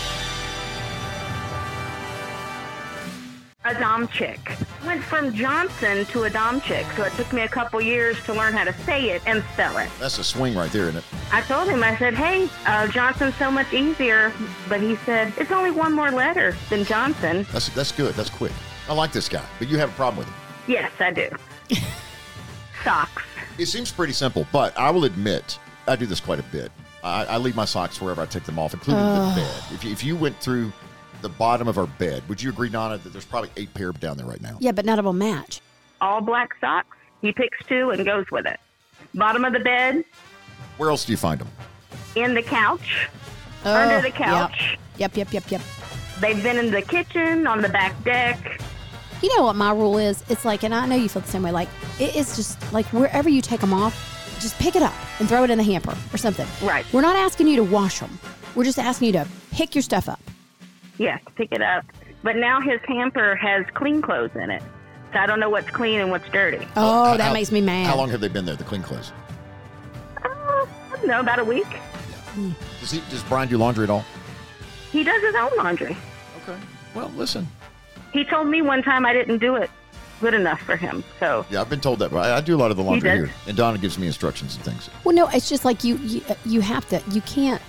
J: a dom chick. Went from Johnson to a dom chick, so it took me a couple years to learn how to say it and spell it.
A: That's a swing right there, isn't it?
J: I told him, I said, hey, uh, Johnson's so much easier, but he said, it's only one more letter than Johnson.
A: That's, that's good. That's quick. I like this guy, but you have a problem with him.
J: Yes, I do. Socks.
A: It seems pretty simple, but I will admit I do this quite a bit. I, I leave my socks wherever I take them off, including the bed. If you, if you went through the bottom of our bed, would you agree, Donna, that there's probably eight pair down there right now?
B: Yeah, but not of a match.
J: All black socks. He picks two and goes with it. Bottom of the bed,
A: Where else do you find them?
J: in the couch,
B: Oh,
J: under the
B: yep.
J: couch.
B: Yep, yep, yep, yep.
J: They've been in the kitchen, on the back deck.
B: You know what my rule is? It's like, and I know you feel the same way. Like it is just like wherever you take them off, just pick it up and throw it in the hamper or something.
J: Right.
B: We're not asking you to wash them. We're just asking you to pick your stuff up.
J: Yes, pick it up. But now his hamper has clean clothes in it. So I don't know what's clean and what's dirty.
B: Oh,
A: How-
B: that
A: how-
B: makes me mad.
A: How long have they been there, the clean clothes?
J: Oh, I don't know, about a week.
A: Does, he, does Brian do laundry at all?
J: He does his own laundry.
A: Okay. Well, listen.
J: He told me one time I didn't do it good enough for him. So
A: Yeah, I've been told that, but I, I do a lot of the laundry
J: does.
A: here. And Donna gives me instructions and things.
B: Well, no, it's just like you, you you have to you can't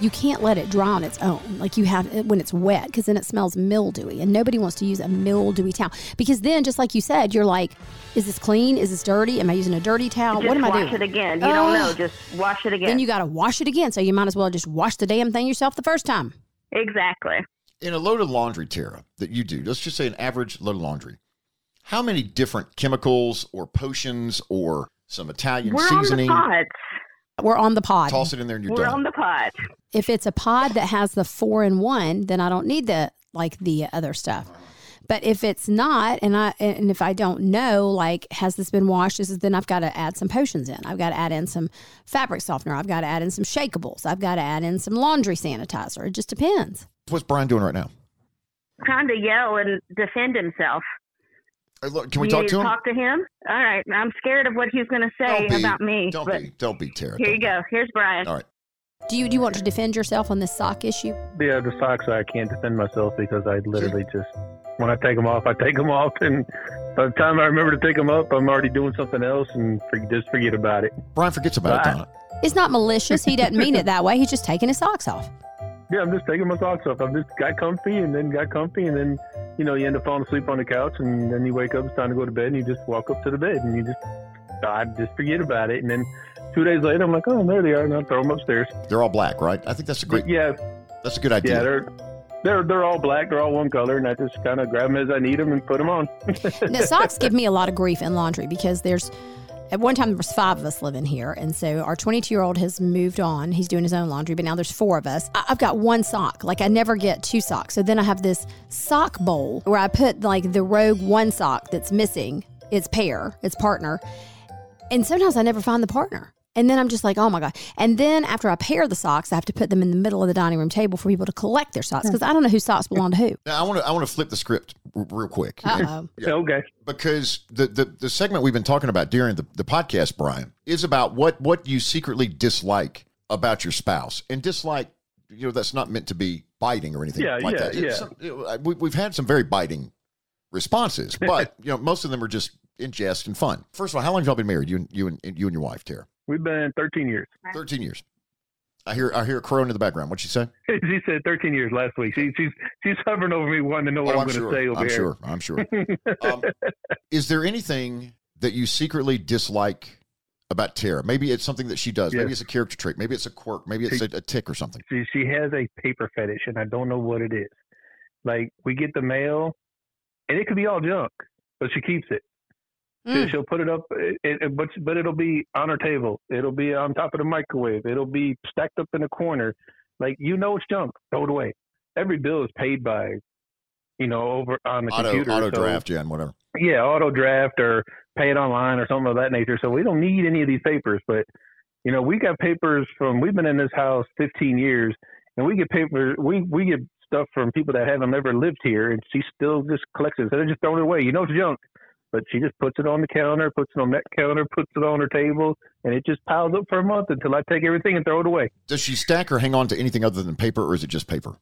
B: you can't let it dry on its own. Like you have when it's wet because then it smells mildewy, and nobody wants to use a mildewy towel because then, just like you said, you're like, is this clean? Is this dirty? Am I using a dirty towel?
J: just
B: what am I
J: wash
B: doing?
J: it again. You don't
B: Ugh.
J: know. Just wash it again.
B: Then you got to wash it again, so you might as well just wash the damn thing yourself the first time.
J: exactly.
A: In a load of laundry, Tara, that you do, let's just say an average load of laundry, how many different chemicals or potions or some Italian
J: We're
A: seasoning?
J: on the pods.
B: We're on the pod.
A: Toss it in there and you're
J: We're
A: done.
J: on the pod.
B: If it's a pod that has the four and one, then I don't need the like the other stuff. But if it's not, and I and if I don't know, like has this been washed? This is then I've got to add some potions in. I've got to add in some fabric softener. I've got to add in some shakeables. I've got to add in some laundry sanitizer. It just depends.
A: What's Brian doing right now?
J: Trying to yell and defend himself.
A: Hey, look, can we
J: you
A: talk
J: need
A: to him?
J: Talk to him. All right. I'm scared of what he's going to say
A: Don't be-
J: about me.
A: Don't
J: but
A: be. Don't be, Tara.
J: Here you go. Here's Brian.
A: All right.
B: Do you do you want to defend yourself on this sock issue?
K: Yeah, the socks, I can't defend myself because I literally just, when I take them off, I take them off. And by the time I remember to take them up, I'm already doing something else and for, just forget about it.
A: Brian forgets about it,
K: Bye.
A: Donna.
B: It's not malicious. He doesn't mean it that way. He's just taking his socks off.
K: Yeah, I'm just taking my socks off. I've just got comfy and then got comfy. And then, you know, you end up falling asleep on the couch and then you wake up, it's time to go to bed and you just walk up to the bed and you just, I just forget about it. And then two days later, I'm like, oh, there they are. And I throw them upstairs.
A: They're all black, right? I think that's a great.
K: Yeah,
A: That's a good
K: yeah,
A: idea.
K: they're. They're, they're all black. They're all one color, and I just kind of grab them as I need them and put them on.
B: Now, socks give me a lot of grief in laundry because there's at one time there was five of us living here, and so our 22 year old has moved on. He's doing his own laundry, but now there's four of us. I- I've got one sock. Like I never get two socks. So then I have this sock bowl where I put like the rogue one sock that's missing, its pair, its partner, and sometimes I never find the partner. And then I'm just like, oh my God. And then after I pair the socks, I have to put them in the middle of the dining room table for people to collect their socks because I don't know whose socks belong to who.
A: Now, I want to. I want to flip the script r- real quick.
B: Uh oh.
K: Okay.
A: because the, the the segment we've been talking about during the, the podcast, Brian, is about what what you secretly dislike about your spouse and dislike. You know, that's not meant to be biting or anything
K: Yeah,
A: like
K: yeah,
A: that. It's
K: yeah.
A: some- you know, I- we, we've had some very biting responses, but you know, most of them are just in jest and fun. First of all, how long have y'all been married? You and you and you and your wife, Tara,
K: We've been 13 years.
A: thirteen years. I hear I hear a crone in the background. What'd she say?
K: She said 13 years last week. She, she's she's hovering over me, wanting to know what
A: Oh,
K: I'm, going to
A: sure.
K: say over
A: I'm
K: here.
A: sure. I'm sure. Um, is there anything that you secretly dislike about Tara? Maybe it's something that she does. Maybe
K: Yes.
A: it's a character trait. Maybe it's a quirk. Maybe it's a, a tick or something.
K: She, she has a paper fetish, and I don't know what it is. Like we get the mail, and it could be all junk, but she keeps it. She-
B: Mm.
K: She'll put it up, it, it, but but it'll be on her table. It'll be on top of the microwave. It'll be stacked up in a corner. Like you know it's junk. Throw it away. Every bill is paid by, you know, over on the
A: Auto
K: computer.
A: auto
K: so-
A: draft, yeah, and whatever.
K: yeah, auto draft or pay it online or something of that nature. So we don't need any of these papers, but you know, we got papers from we've been in this house 15 years and we get papers we we get stuff from people that haven't ever lived here and she still just collects it. So they're just throwing it away. You know it's junk, but she just puts it on the counter, puts it on that counter, puts it on her table, and it just piles up for a month until I take everything and throw it away.
A: Does she stack or hang on to anything other than paper, or is it just paper?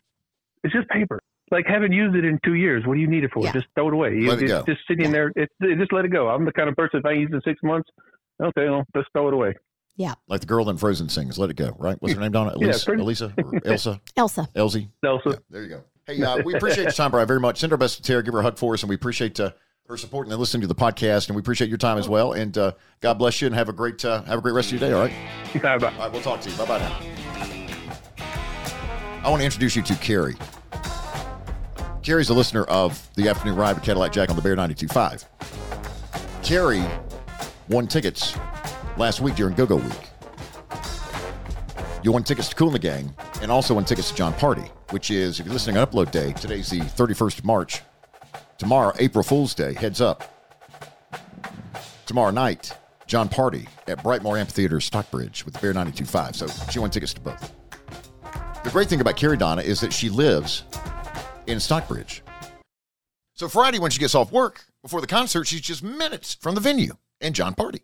K: It's just paper. Like haven't used it in two years. What do you need it for?
B: Yeah.
K: Just throw it away. You-
A: Let it
K: it's
A: go.
K: just sitting there. It's, it- just let it go. I'm the kind of person if I use it in six months, okay, well, just throw it away.
B: Yeah.
A: Like the girl in Frozen sings, "Let It Go." Right? What's her name? Donna,
K: Yeah,
A: Elisa,
K: pretty-
A: Elisa, or Elsa,
B: Elsa.
A: Elsie.
K: No, so
A: Yeah, there you go. Hey, uh, we appreciate your time, Brian, very much. Send our best to Tara. Give her a hug for us, and we appreciate uh, her supporting and listening to the podcast. And we appreciate your time as well. And uh, God bless you, and have a great uh, have a great rest of your day. All right.
K: Bye-bye.
A: All right, we'll talk to you. Bye bye now. I want to introduce you to Carrie. Carrie's a listener of the afternoon ride with Cadillac Jack on the Bear 92.5. Carrie won tickets last week during Go-Go Week. You won tickets to Cool in the Gang and also won tickets to John Party, which is, if you're listening on upload day, today's the 31st of March. Tomorrow, April Fool's Day, heads up. Tomorrow night, John Party at Brightmoor Amphitheater, Stockbridge with the Bear 92.5. So she won tickets to both. The great thing about Carrie Donna is that she lives in Stockbridge. So Friday, when she gets off work before the concert, she's just minutes from the venue and John Party.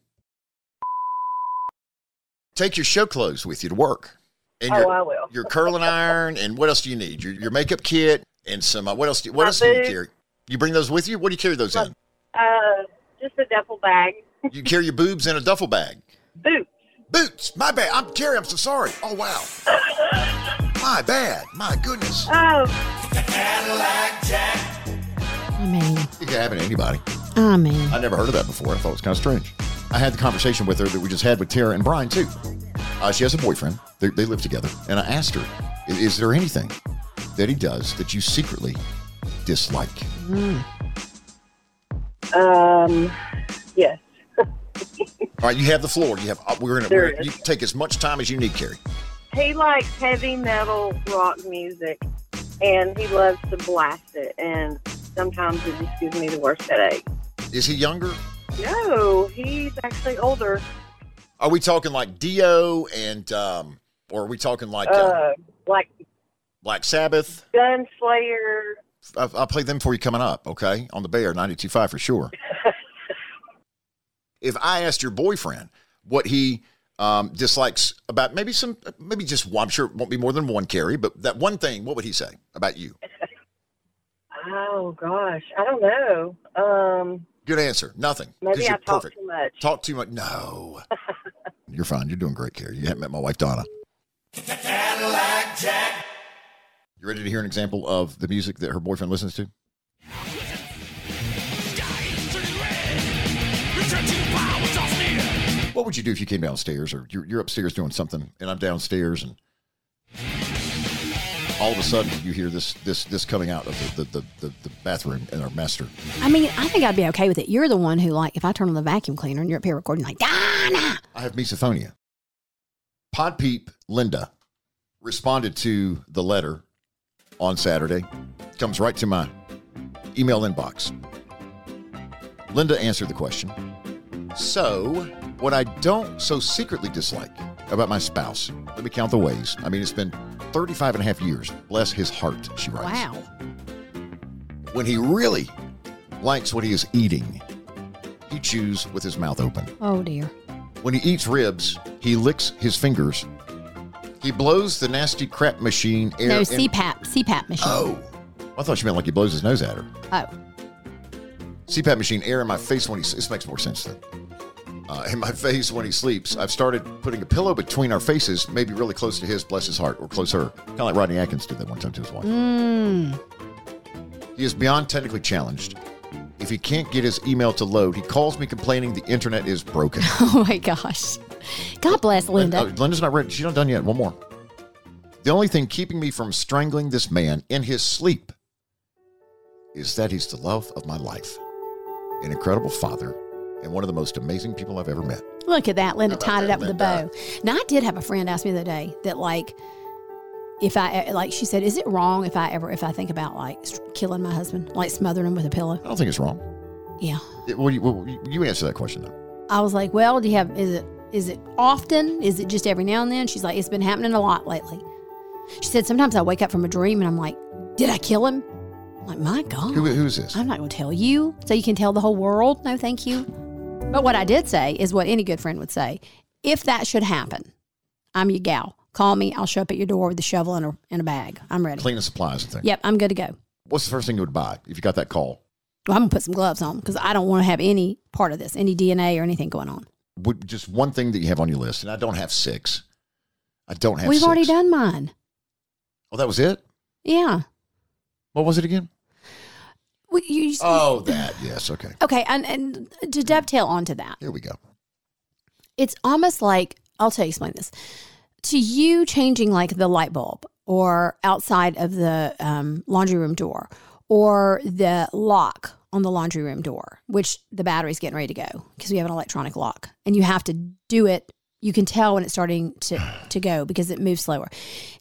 A: Take your show clothes with you to work. And
J: Oh,
A: your,
J: I will.
A: Your curling iron and what else do you need? Your, your makeup kit and some uh, what else? Do, what
J: My
A: else do you
J: boots.
A: carry? You bring those with you? What do you carry those in?
J: Uh, just a duffel bag.
A: You carry your boobs in a duffel bag.
J: Boots.
A: Boots, my bad. I'm Terry. I'm so sorry. Oh wow. my bad. My goodness.
J: Oh,
B: I mean,
A: You can have it to anybody.
B: I mean.
A: I never heard of that before. I thought it was kind of strange. I had the conversation with her that we just had with Tara and Brian too. Uh, she has a boyfriend. They, they live together, and I asked her, "I- "Is, there anything that he does that you secretly dislike?"
J: um, yes.
A: All right, you have the floor. You have uh, we're gonna
J: There
A: we're,
J: it
A: you take as much time as you need, Carrie.
J: He likes heavy metal rock music, and he loves to blast it. And sometimes it just gives me the worst headache.
A: Is he younger?
J: No, he's actually older.
A: Are we talking like Dio and um, or are we talking like uh,
J: uh, like
A: Black Sabbath?
J: Gunslayer.
A: I, I'll play them for you coming up, okay? On the Bear 92.5 for sure. if I asked your boyfriend what he um, dislikes about maybe some, maybe just one, I'm sure it won't be more than one, Carrie, but that one thing, what would he say about you?
J: Oh gosh, I don't know. Um,
A: Good answer. Nothing. 'cause
J: maybe I
A: you're
J: talk
A: perfect.
J: too much.
A: Talk too much. No. you're fine. You're doing great, Carrie. You haven't met my wife, Donna. You ready to hear an example of the music that her boyfriend listens to? What would you do if you came downstairs or you're, you're upstairs doing something and I'm downstairs and all of a sudden you hear this this this coming out of the the, the, the, the bathroom and our master.
B: I mean, I think I'd be okay with it. You're the one who, like, if I turn on the vacuum cleaner and you're up here recording, like, Donna.
A: I have misophonia. Podpeep Linda responded to the letter on Saturday. Comes right to my email inbox. Linda answered the question. So, what I don't so secretly dislike about my spouse, let me count the ways. I mean, it's been 35 and a half years. Bless his heart, she writes.
B: Wow.
A: When he really likes what he is eating, he chews with his mouth open.
B: Oh, dear.
A: When he eats ribs, he licks his fingers. He blows the nasty crap machine air.
B: no,
A: in-
B: CPAP, CPAP machine.
A: Oh, I thought you meant like he blows his nose at her.
B: Oh.
A: CPAP machine air in my face when he. This makes more sense then. Uh, in my face when he sleeps. I've started putting a pillow between our faces, maybe really close to his, bless his heart, or close her. Kind of like Rodney Atkins did that one time to his wife.
B: Mm.
A: He is beyond technically challenged. If he can't get his email to load, he calls me complaining the internet is broken.
B: Oh, my gosh. God bless Linda.
A: Oh, Linda's not ready. She's not done yet. One more. The only thing keeping me from strangling this man in his sleep is that he's the love of my life, an incredible father, and one of the most amazing people I've ever met.
B: Look at that. Linda
A: oh. How about
B: tied it
A: that,
B: up with a bow.
A: Linda?
B: Now, I did have a friend ask me the other day that, like, if I, eh, like, she said, is it wrong if I ever, if I think about, like, st- killing my husband, like smothering him with a pillow?
A: I don't think it's wrong.
B: Yeah.
A: It- well, you, well, you- you answer that question though.
B: I was like, well, do you have, is it, is it often? Is it just every now and then? She's like, it's been happening a lot lately. She said, sometimes I wake up from a dream and I'm like, did I kill him? I'm like, my God.
A: Who, who's this?
B: I'm not going to tell you so you can tell the whole world. No, thank you. But what I did say is what any good friend would say. If that should happen, I'm your gal. Call me. I'll show up at your door with a shovel and a, and a bag. I'm ready.
A: Cleaning supplies and things.
B: Yep, I'm good to go.
A: What's the first thing you would buy if you got that call?
B: Well, I'm going to put some gloves on because I don't want to have any part of this, any DNA or anything going on.
A: Would just one thing that you have on your list, and I don't have six. I don't have.
B: We've
A: six.
B: already done mine.
A: Oh, that was it.
B: Yeah.
A: What was it again?
B: Well, you,
A: Oh, that. Yes. Okay.
B: Okay, and, and to dovetail onto that,
A: Here we go.
B: it's almost like I'll tell you explain this to you changing like the light bulb or outside of the um, laundry room door or the lock on the laundry room door, which the battery's getting ready to go because we have an electronic lock and you have to do it. You can tell when it's starting to, to go because it moves slower.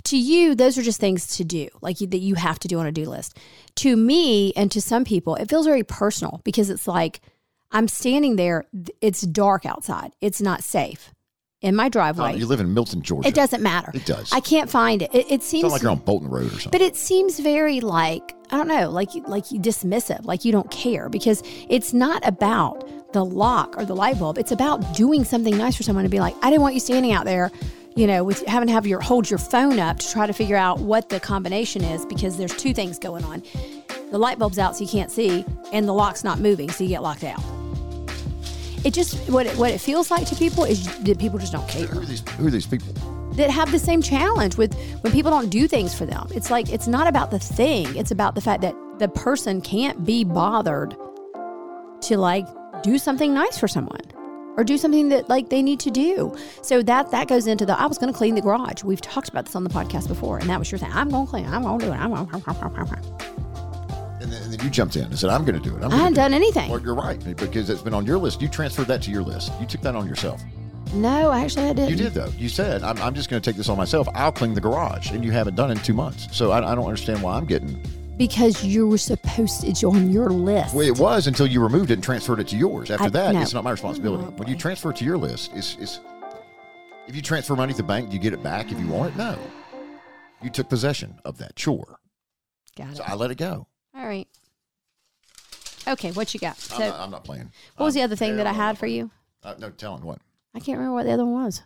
B: To you, those are just things to do, like you, that you have to do on a do list. To me and to some people, it feels very personal because it's like I'm standing there. th- It's dark outside. It's not safe in my
A: Oh,
B: driveway.
A: you live in Milton, Georgia.
B: It doesn't matter.
A: It does.
B: I can't find it. It, it
A: It's
B: seems
A: not like you're on Bolton Road or something.
B: but it seems very like I don't know, like you- like you dismissive, like you don't care because it's not about the lock or the light bulb. It's about doing something nice for someone to be like, I didn't want you standing out there, you know, with having to have your hold your phone up to try to figure out what the combination is because there's two things going on. The light bulb's out so you can't see, and the lock's not moving, so you get locked out. It just what it, what it feels like to people is that people just don't care
A: who are these who are these people?
B: that have the same challenge with when people don't do things for them. It's like it's not about the thing, it's about the fact that the person can't be bothered to like do something nice for someone or do something that like they need to do. So that that goes into the I was going to clean the garage. We've talked about this on the podcast before and that was your thing. I'm going to clean. I'm going to do it. I'm going to
A: And then, and then You jumped in and said, I'm going to do it. I'm
B: I
A: gonna
B: hadn't
A: do it."
B: done anything.
A: Well, you're right because it's been on your list. You transferred that to your list. You took that on yourself.
B: No, actually, I didn't.
A: You did though. You said, "I'm, I'm just going to take this on myself. I'll clean the garage," and you haven't done it in two months. So I, I don't understand why I'm getting.
B: Because you were supposed to, it's on your list.
A: Well, it was until you removed it and transferred it to yours. After
B: I-
A: that,
B: no.
A: it's not my responsibility. when you transfer it to your list, it's, it's if you transfer money to the bank, you get it back if you want it. No, you took possession of that chore.
B: Got it.
A: So I let it go.
B: All right. Okay, what you got? So,
A: I'm, not, I'm not playing.
B: what was the other thing that I
A: terrible.
B: had for you?
A: Uh, no, telling what.
B: I can't remember what the other one was.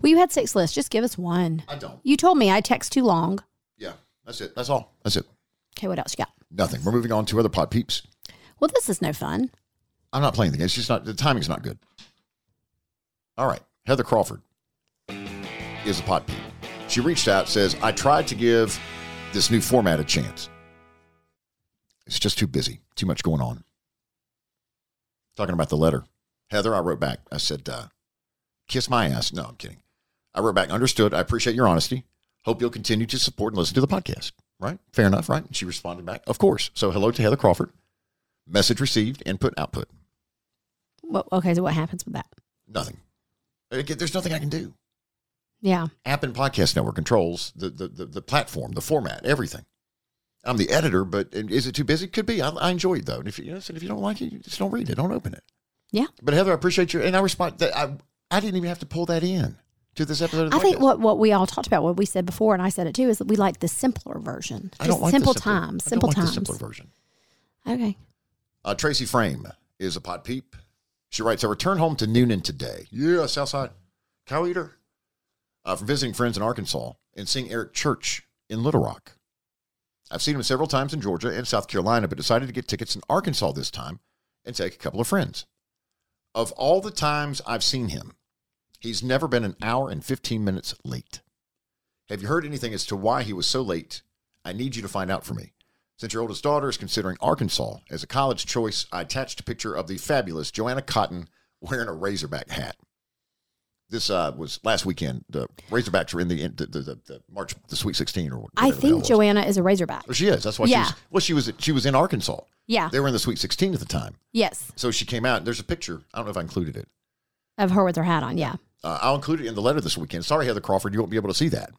B: Well, you had six lists. Just give us one.
A: I don't.
B: You told me I text too long.
A: Yeah, that's it. That's all. That's it.
B: Okay, what else you got?
A: Nothing. We're moving on to other pod peeps.
B: Well, this is no fun.
A: I'm not playing the game. It's just not the timing's not good. All right, Heather Crawford is a pot peep. She reached out, says, "I tried to give this new format a chance. It's just too busy, too much going on." Talking about the letter, Heather, I wrote back. I said, uh, "Kiss my ass." No, I'm kidding. I wrote back. Understood. I appreciate your honesty. Hope you'll continue to support and listen to the podcast. Right? Fair enough, right? And she responded back, "Of course." So, hello to Heather Crawford. Message received. Input output.
B: Well, okay, so what happens with that?
A: Nothing. Again, There's nothing I can do.
B: Yeah.
A: App and Podcast Network controls the the, the, the platform, the format, everything. I'm the editor, but is it too busy? Could be. I, I enjoy it though. And if you, you know, I said, if you don't like it, you just don't read it. Don't open it.
B: Yeah.
A: But Heather, I appreciate you, and I respond. That I I didn't even have to pull that in to this episode. Of the
B: I think
A: podcast.
B: what, what we all talked about, what we said before, and I said it too, is that we like the simpler version.
A: I don't
B: Just
A: like the
B: simple
A: simpler-
B: times.
A: I don't
B: Simple
A: like the
B: times.
A: simpler version.
B: Okay.
A: Uh, Tracy Frame is a pot peep. She writes, I return home to Noonan today. Yeah, Southside. Cow eater. Uh, from visiting friends in Arkansas and seeing Eric Church in Little Rock. I've seen him several times in Georgia and South Carolina, but decided to get tickets in Arkansas this time and take a couple of friends. Of all the times I've seen him, he's never been an hour and 15 minutes late. Have you heard anything as to why he was so late? I need you to find out for me. Since your oldest daughter is considering Arkansas as a college choice, I attached a picture of the fabulous Joanna Cotton wearing a Razorback hat. This uh, was last weekend. The Razorbacks were in the in the, the, the, the March the Sweet Sixteen or whatever. the
B: I
A: hell it
B: think
A: was.
B: Joanna is a Razorback.
A: Oh, she is. That's why
B: Yeah.
A: she was. Well, she was. She was in Arkansas.
B: Yeah.
A: They were in the Sweet Sixteen at the time.
B: Yes.
A: So she came out. And there's a picture. I don't know if I included it.
B: Of her with her hat on. Yeah.
A: Uh, I'll include it in the letter this weekend. Sorry, Heather Crawford, you won't be able to see that.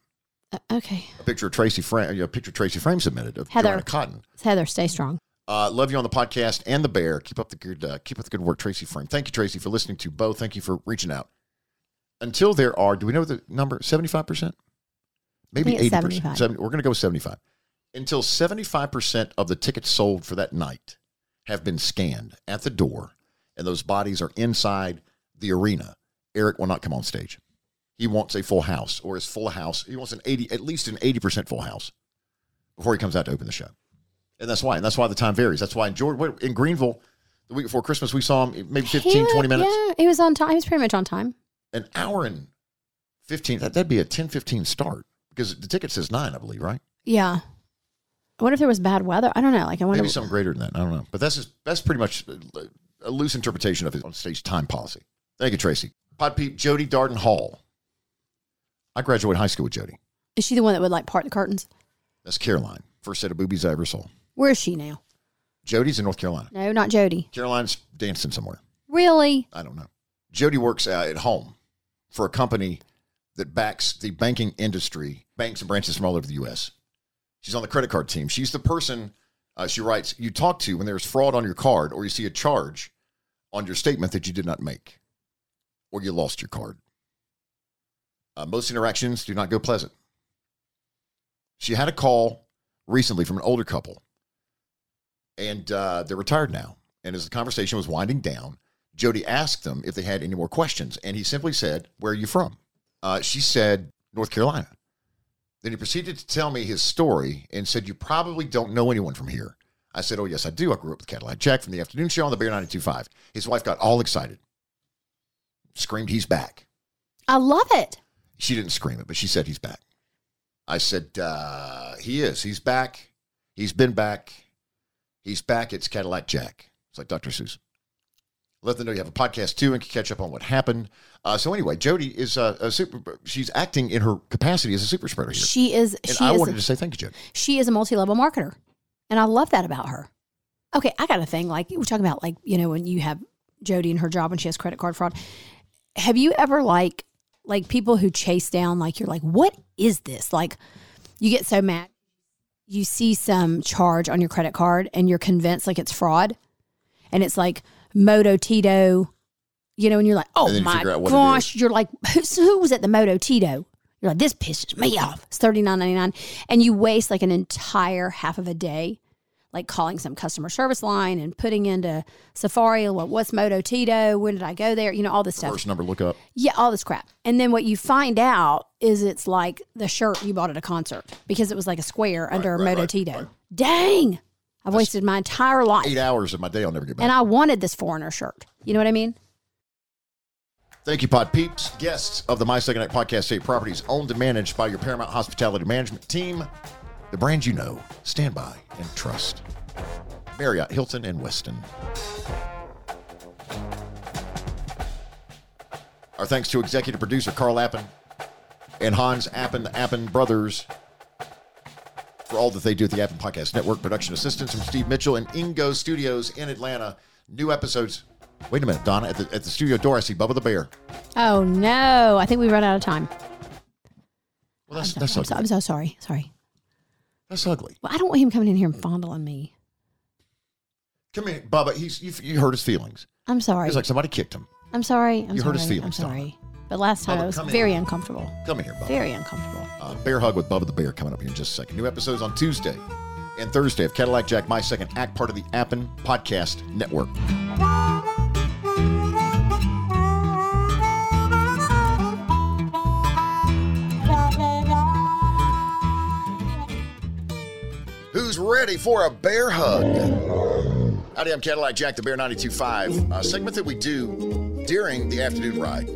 B: Uh, okay.
A: A picture of Tracy Frame. A picture Tracy Frame submitted of
B: Heather.
A: Joanna Cotton.
B: Heather, stay strong.
A: Uh, love you on the podcast and the bear. Keep up the good uh, keep up the good work, Tracy Frame. Thank you, Tracy, for listening to Bo. Thank you for reaching out. Until there are, do we know the number? Seventy five percent, maybe
B: think it's
A: eighty percent.
B: 75.
A: Seventy. We're going to go with seventy five. Until seventy five percent of the tickets sold for that night have been scanned at the door, and those bodies are inside the arena. Eric will not come on stage. He wants a full house, or his full house. He wants an eighty, at least an eighty percent full house, before he comes out to open the show. And that's why. And that's why the time varies. That's why in Georgia, in Greenville, the week before Christmas, we saw him maybe 15,
B: He-
A: 20 minutes.
B: Yeah, he was on time. He was pretty much on time.
A: An hour and 15. That, that'd be a 10, 15 start because the ticket says nine, I believe, right?
B: Yeah. I wonder if there was bad weather. I don't know. Like I wonder.
A: Maybe something greater than that. I don't know. But that's, just, that's pretty much a- a loose interpretation of his on stage time policy. Thank you, Tracy. Pod Peep, Jody Darden Hall. I graduated high school with Jody.
B: Is she the one that would like part the curtains?
A: That's Caroline. First set of boobies I ever saw.
B: Where is she now?
A: Jody's in North Carolina.
B: No, not Jody.
A: Caroline's dancing somewhere.
B: Really?
A: I don't know. Jody works uh, at home for a company that backs the banking industry, banks and branches from all over the U.S. She's on the credit card team. She's the person, uh, she writes, you talk to when there's fraud on your card or you see a charge on your statement that you did not make or you lost your card. Uh, most interactions do not go pleasant. She had a call recently from an older couple, and uh, they're retired now. And as the conversation was winding down, Jody asked them if they had any more questions, and he simply said, "Where are you from?" Uh, she said, "North Carolina." Then he proceeded to tell me his story and said, "You probably don't know anyone from here." I said, "Oh yes, I do. I grew up with Cadillac Jack from the afternoon show on the Bear 92.5." His wife got all excited, screamed, "He's back!"
B: I love it.
A: She didn't scream it, but she said he's back. I said, uh, he is. He's back. He's been back. He's back. It's Cadillac Jack. It's like Dr. Seuss. Let them know you have a podcast too and can catch up on what happened. Uh, so anyway, Jody is uh, a super. She's acting in her capacity as a super spreader here.
B: She is.
A: and
B: she
A: I
B: is.
A: wanted
B: a-
A: to say thank you, Jody.
B: she is a multi-level marketer, and I love that about her. Okay, I got a thing. Like we're talking about, like you know, when you have Jody and her job and she has credit card fraud. Have you ever like like people who chase down like you're like, what is this? Like you get so mad, you see some charge on your credit card and you're convinced like it's fraud, and it's like Moto Tito, you know, and you're like, oh
A: then you
B: my
A: figure out what it
B: gosh, you're like, who's, who was at the Moto Tito? You're like, this pisses me off. It's thirty nine ninety nine, and you waste like an entire half of a day like calling some customer service line and putting into Safari, what, what's Moto Tito? When did I go there? You know, all this stuff.
A: First number, look up.
B: Yeah, all this crap. And then what you find out is it's like the shirt you bought at a concert because it was like a square under a Moto Tito. Dang, I've wasted my entire life.
A: Eight hours of my day, I'll never get back.
B: And I wanted this foreigner shirt. You know what I mean?
A: Thank you, Pod Peeps. Guests of the My Second Act podcast, State Properties, owned and managed by your Paramount Hospitality Management team, the brands you know, stand by and trust. Marriott, Hilton, and Weston. Our thanks to executive producer Carl Appen and Hans Appen, the Appen brothers, for all that they do at the Appen Podcast Network. Production assistance from Steve Mitchell and Ingo Studios in Atlanta. New episodes. Wait a minute, Donna. At the, at the studio door, I see Bubba the Bear.
B: Oh no, I think we run out of time.
A: Well, that's, that's
B: I'm
A: ugly.
B: so, I'm so sorry. Sorry.
A: That's ugly.
B: Well, I don't want him coming in here and fondling me.
A: Come here, Bubba. He's, you, you hurt his feelings.
B: I'm sorry.
A: It's like somebody kicked him.
B: I'm sorry. I'm
A: You
B: sorry.
A: hurt his
B: I'm
A: feelings, Donna.
B: sorry. But last time
A: Bubba,
B: I was
A: come in.
B: very uncomfortable.
A: Come here, Bubba.
B: Very uncomfortable.
A: Uh, bear hug with Bubba the Bear coming up here in just a second. New episodes on Tuesday and Thursday of Cadillac Jack, My Second Act, part of the Appen Podcast Network. Who's ready for a bear hug? Howdy, I'm Cadillac Jack, the Bear 92.5, a segment that we do during the afternoon ride.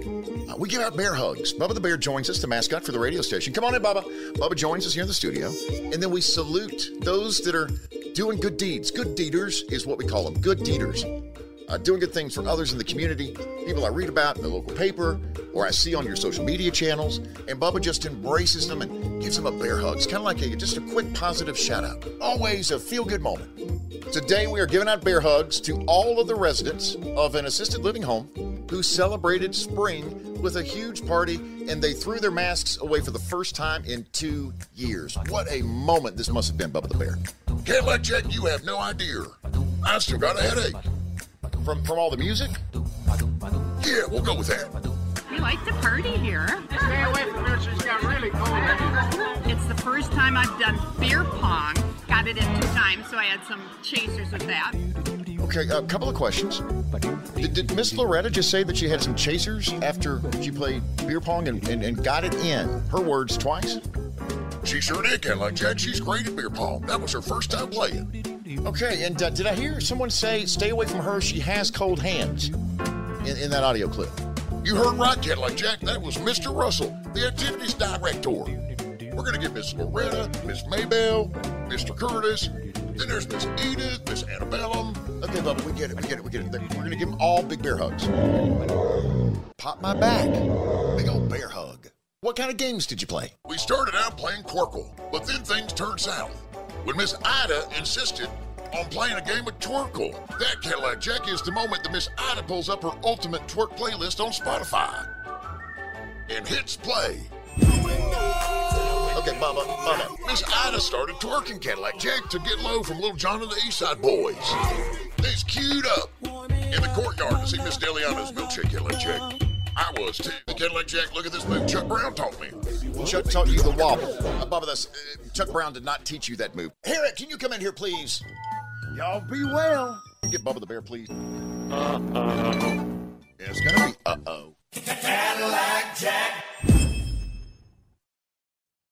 A: Uh, we give out bear hugs. Bubba the Bear joins us, the mascot for the radio station. Come on in, Bubba. Bubba joins us here in the studio, and then we salute those that are doing good deeds. Good deeders is what we call them. Good deeders. Uh, doing good things for others in the community, people I read about in the local paper, or I see on your social media channels. And Bubba just embraces them and gives them a bear hug. It's kind of like a, just a quick positive shout out. Always a feel good moment. Today, we are giving out bear hugs to all of the residents of an assisted living home who celebrated spring with a huge party and they threw their masks away for the first time in two years. What a moment this must have been, Bubba the Bear. Can't let Jack, you have no idea. I still got a headache. From, from all the music? Yeah, we'll go with that.
J: We like to party here.
L: Stay away from her. She's got really cold in here.
J: It's the first time I've done beer pong. Got it in two times, so I had some chasers with that.
A: Okay, a couple of questions. Did, did Miss Loretta just say that she had some chasers after she played beer pong and, and, and got it in? Her words twice? She sure did, Cadillac Jack. She's great at beer pong. That was her first time playing. Okay, and uh, did I hear someone say, stay away from her, she has cold hands in, in that audio clip? You heard right, Cadillac Jack. That was Mr. Russell, the activities director. We're going to get Miss Loretta, Miss Maybell, Mr. Curtis, then there's Miss Edith, Miss Annabellum. Okay, Bubba, we get it, we get it, we get it. We're going to give them all big bear hugs. Pop my back. Big old bear hug. What kind of games did you play?
D: We started out playing Corkle, but then things turned south. When Miss Ida insisted on playing a game of Twerkle, that Cadillac Jack is the moment that Miss Ida pulls up her ultimate twerk playlist on Spotify and hits play.
A: Okay, Bubba, Bubba.
D: Miss Ida started twerking Cadillac Jack to get low from Little John and the East Side Boys. They's queued up in the courtyard to see Miss Deliana's milkshake Cadillac Jack. I was too. Cadillac Jack, look at this move Chuck Brown taught me.
A: Chuck taught you the wobble. Uh, Bubba, that's, uh, Chuck Brown did not teach you that move. Herrick, can you come in here, please? Y'all be well. Can you Get Bubba the Bear, please. Uh-oh. It's gonna be uh-oh.
D: Cadillac Jack.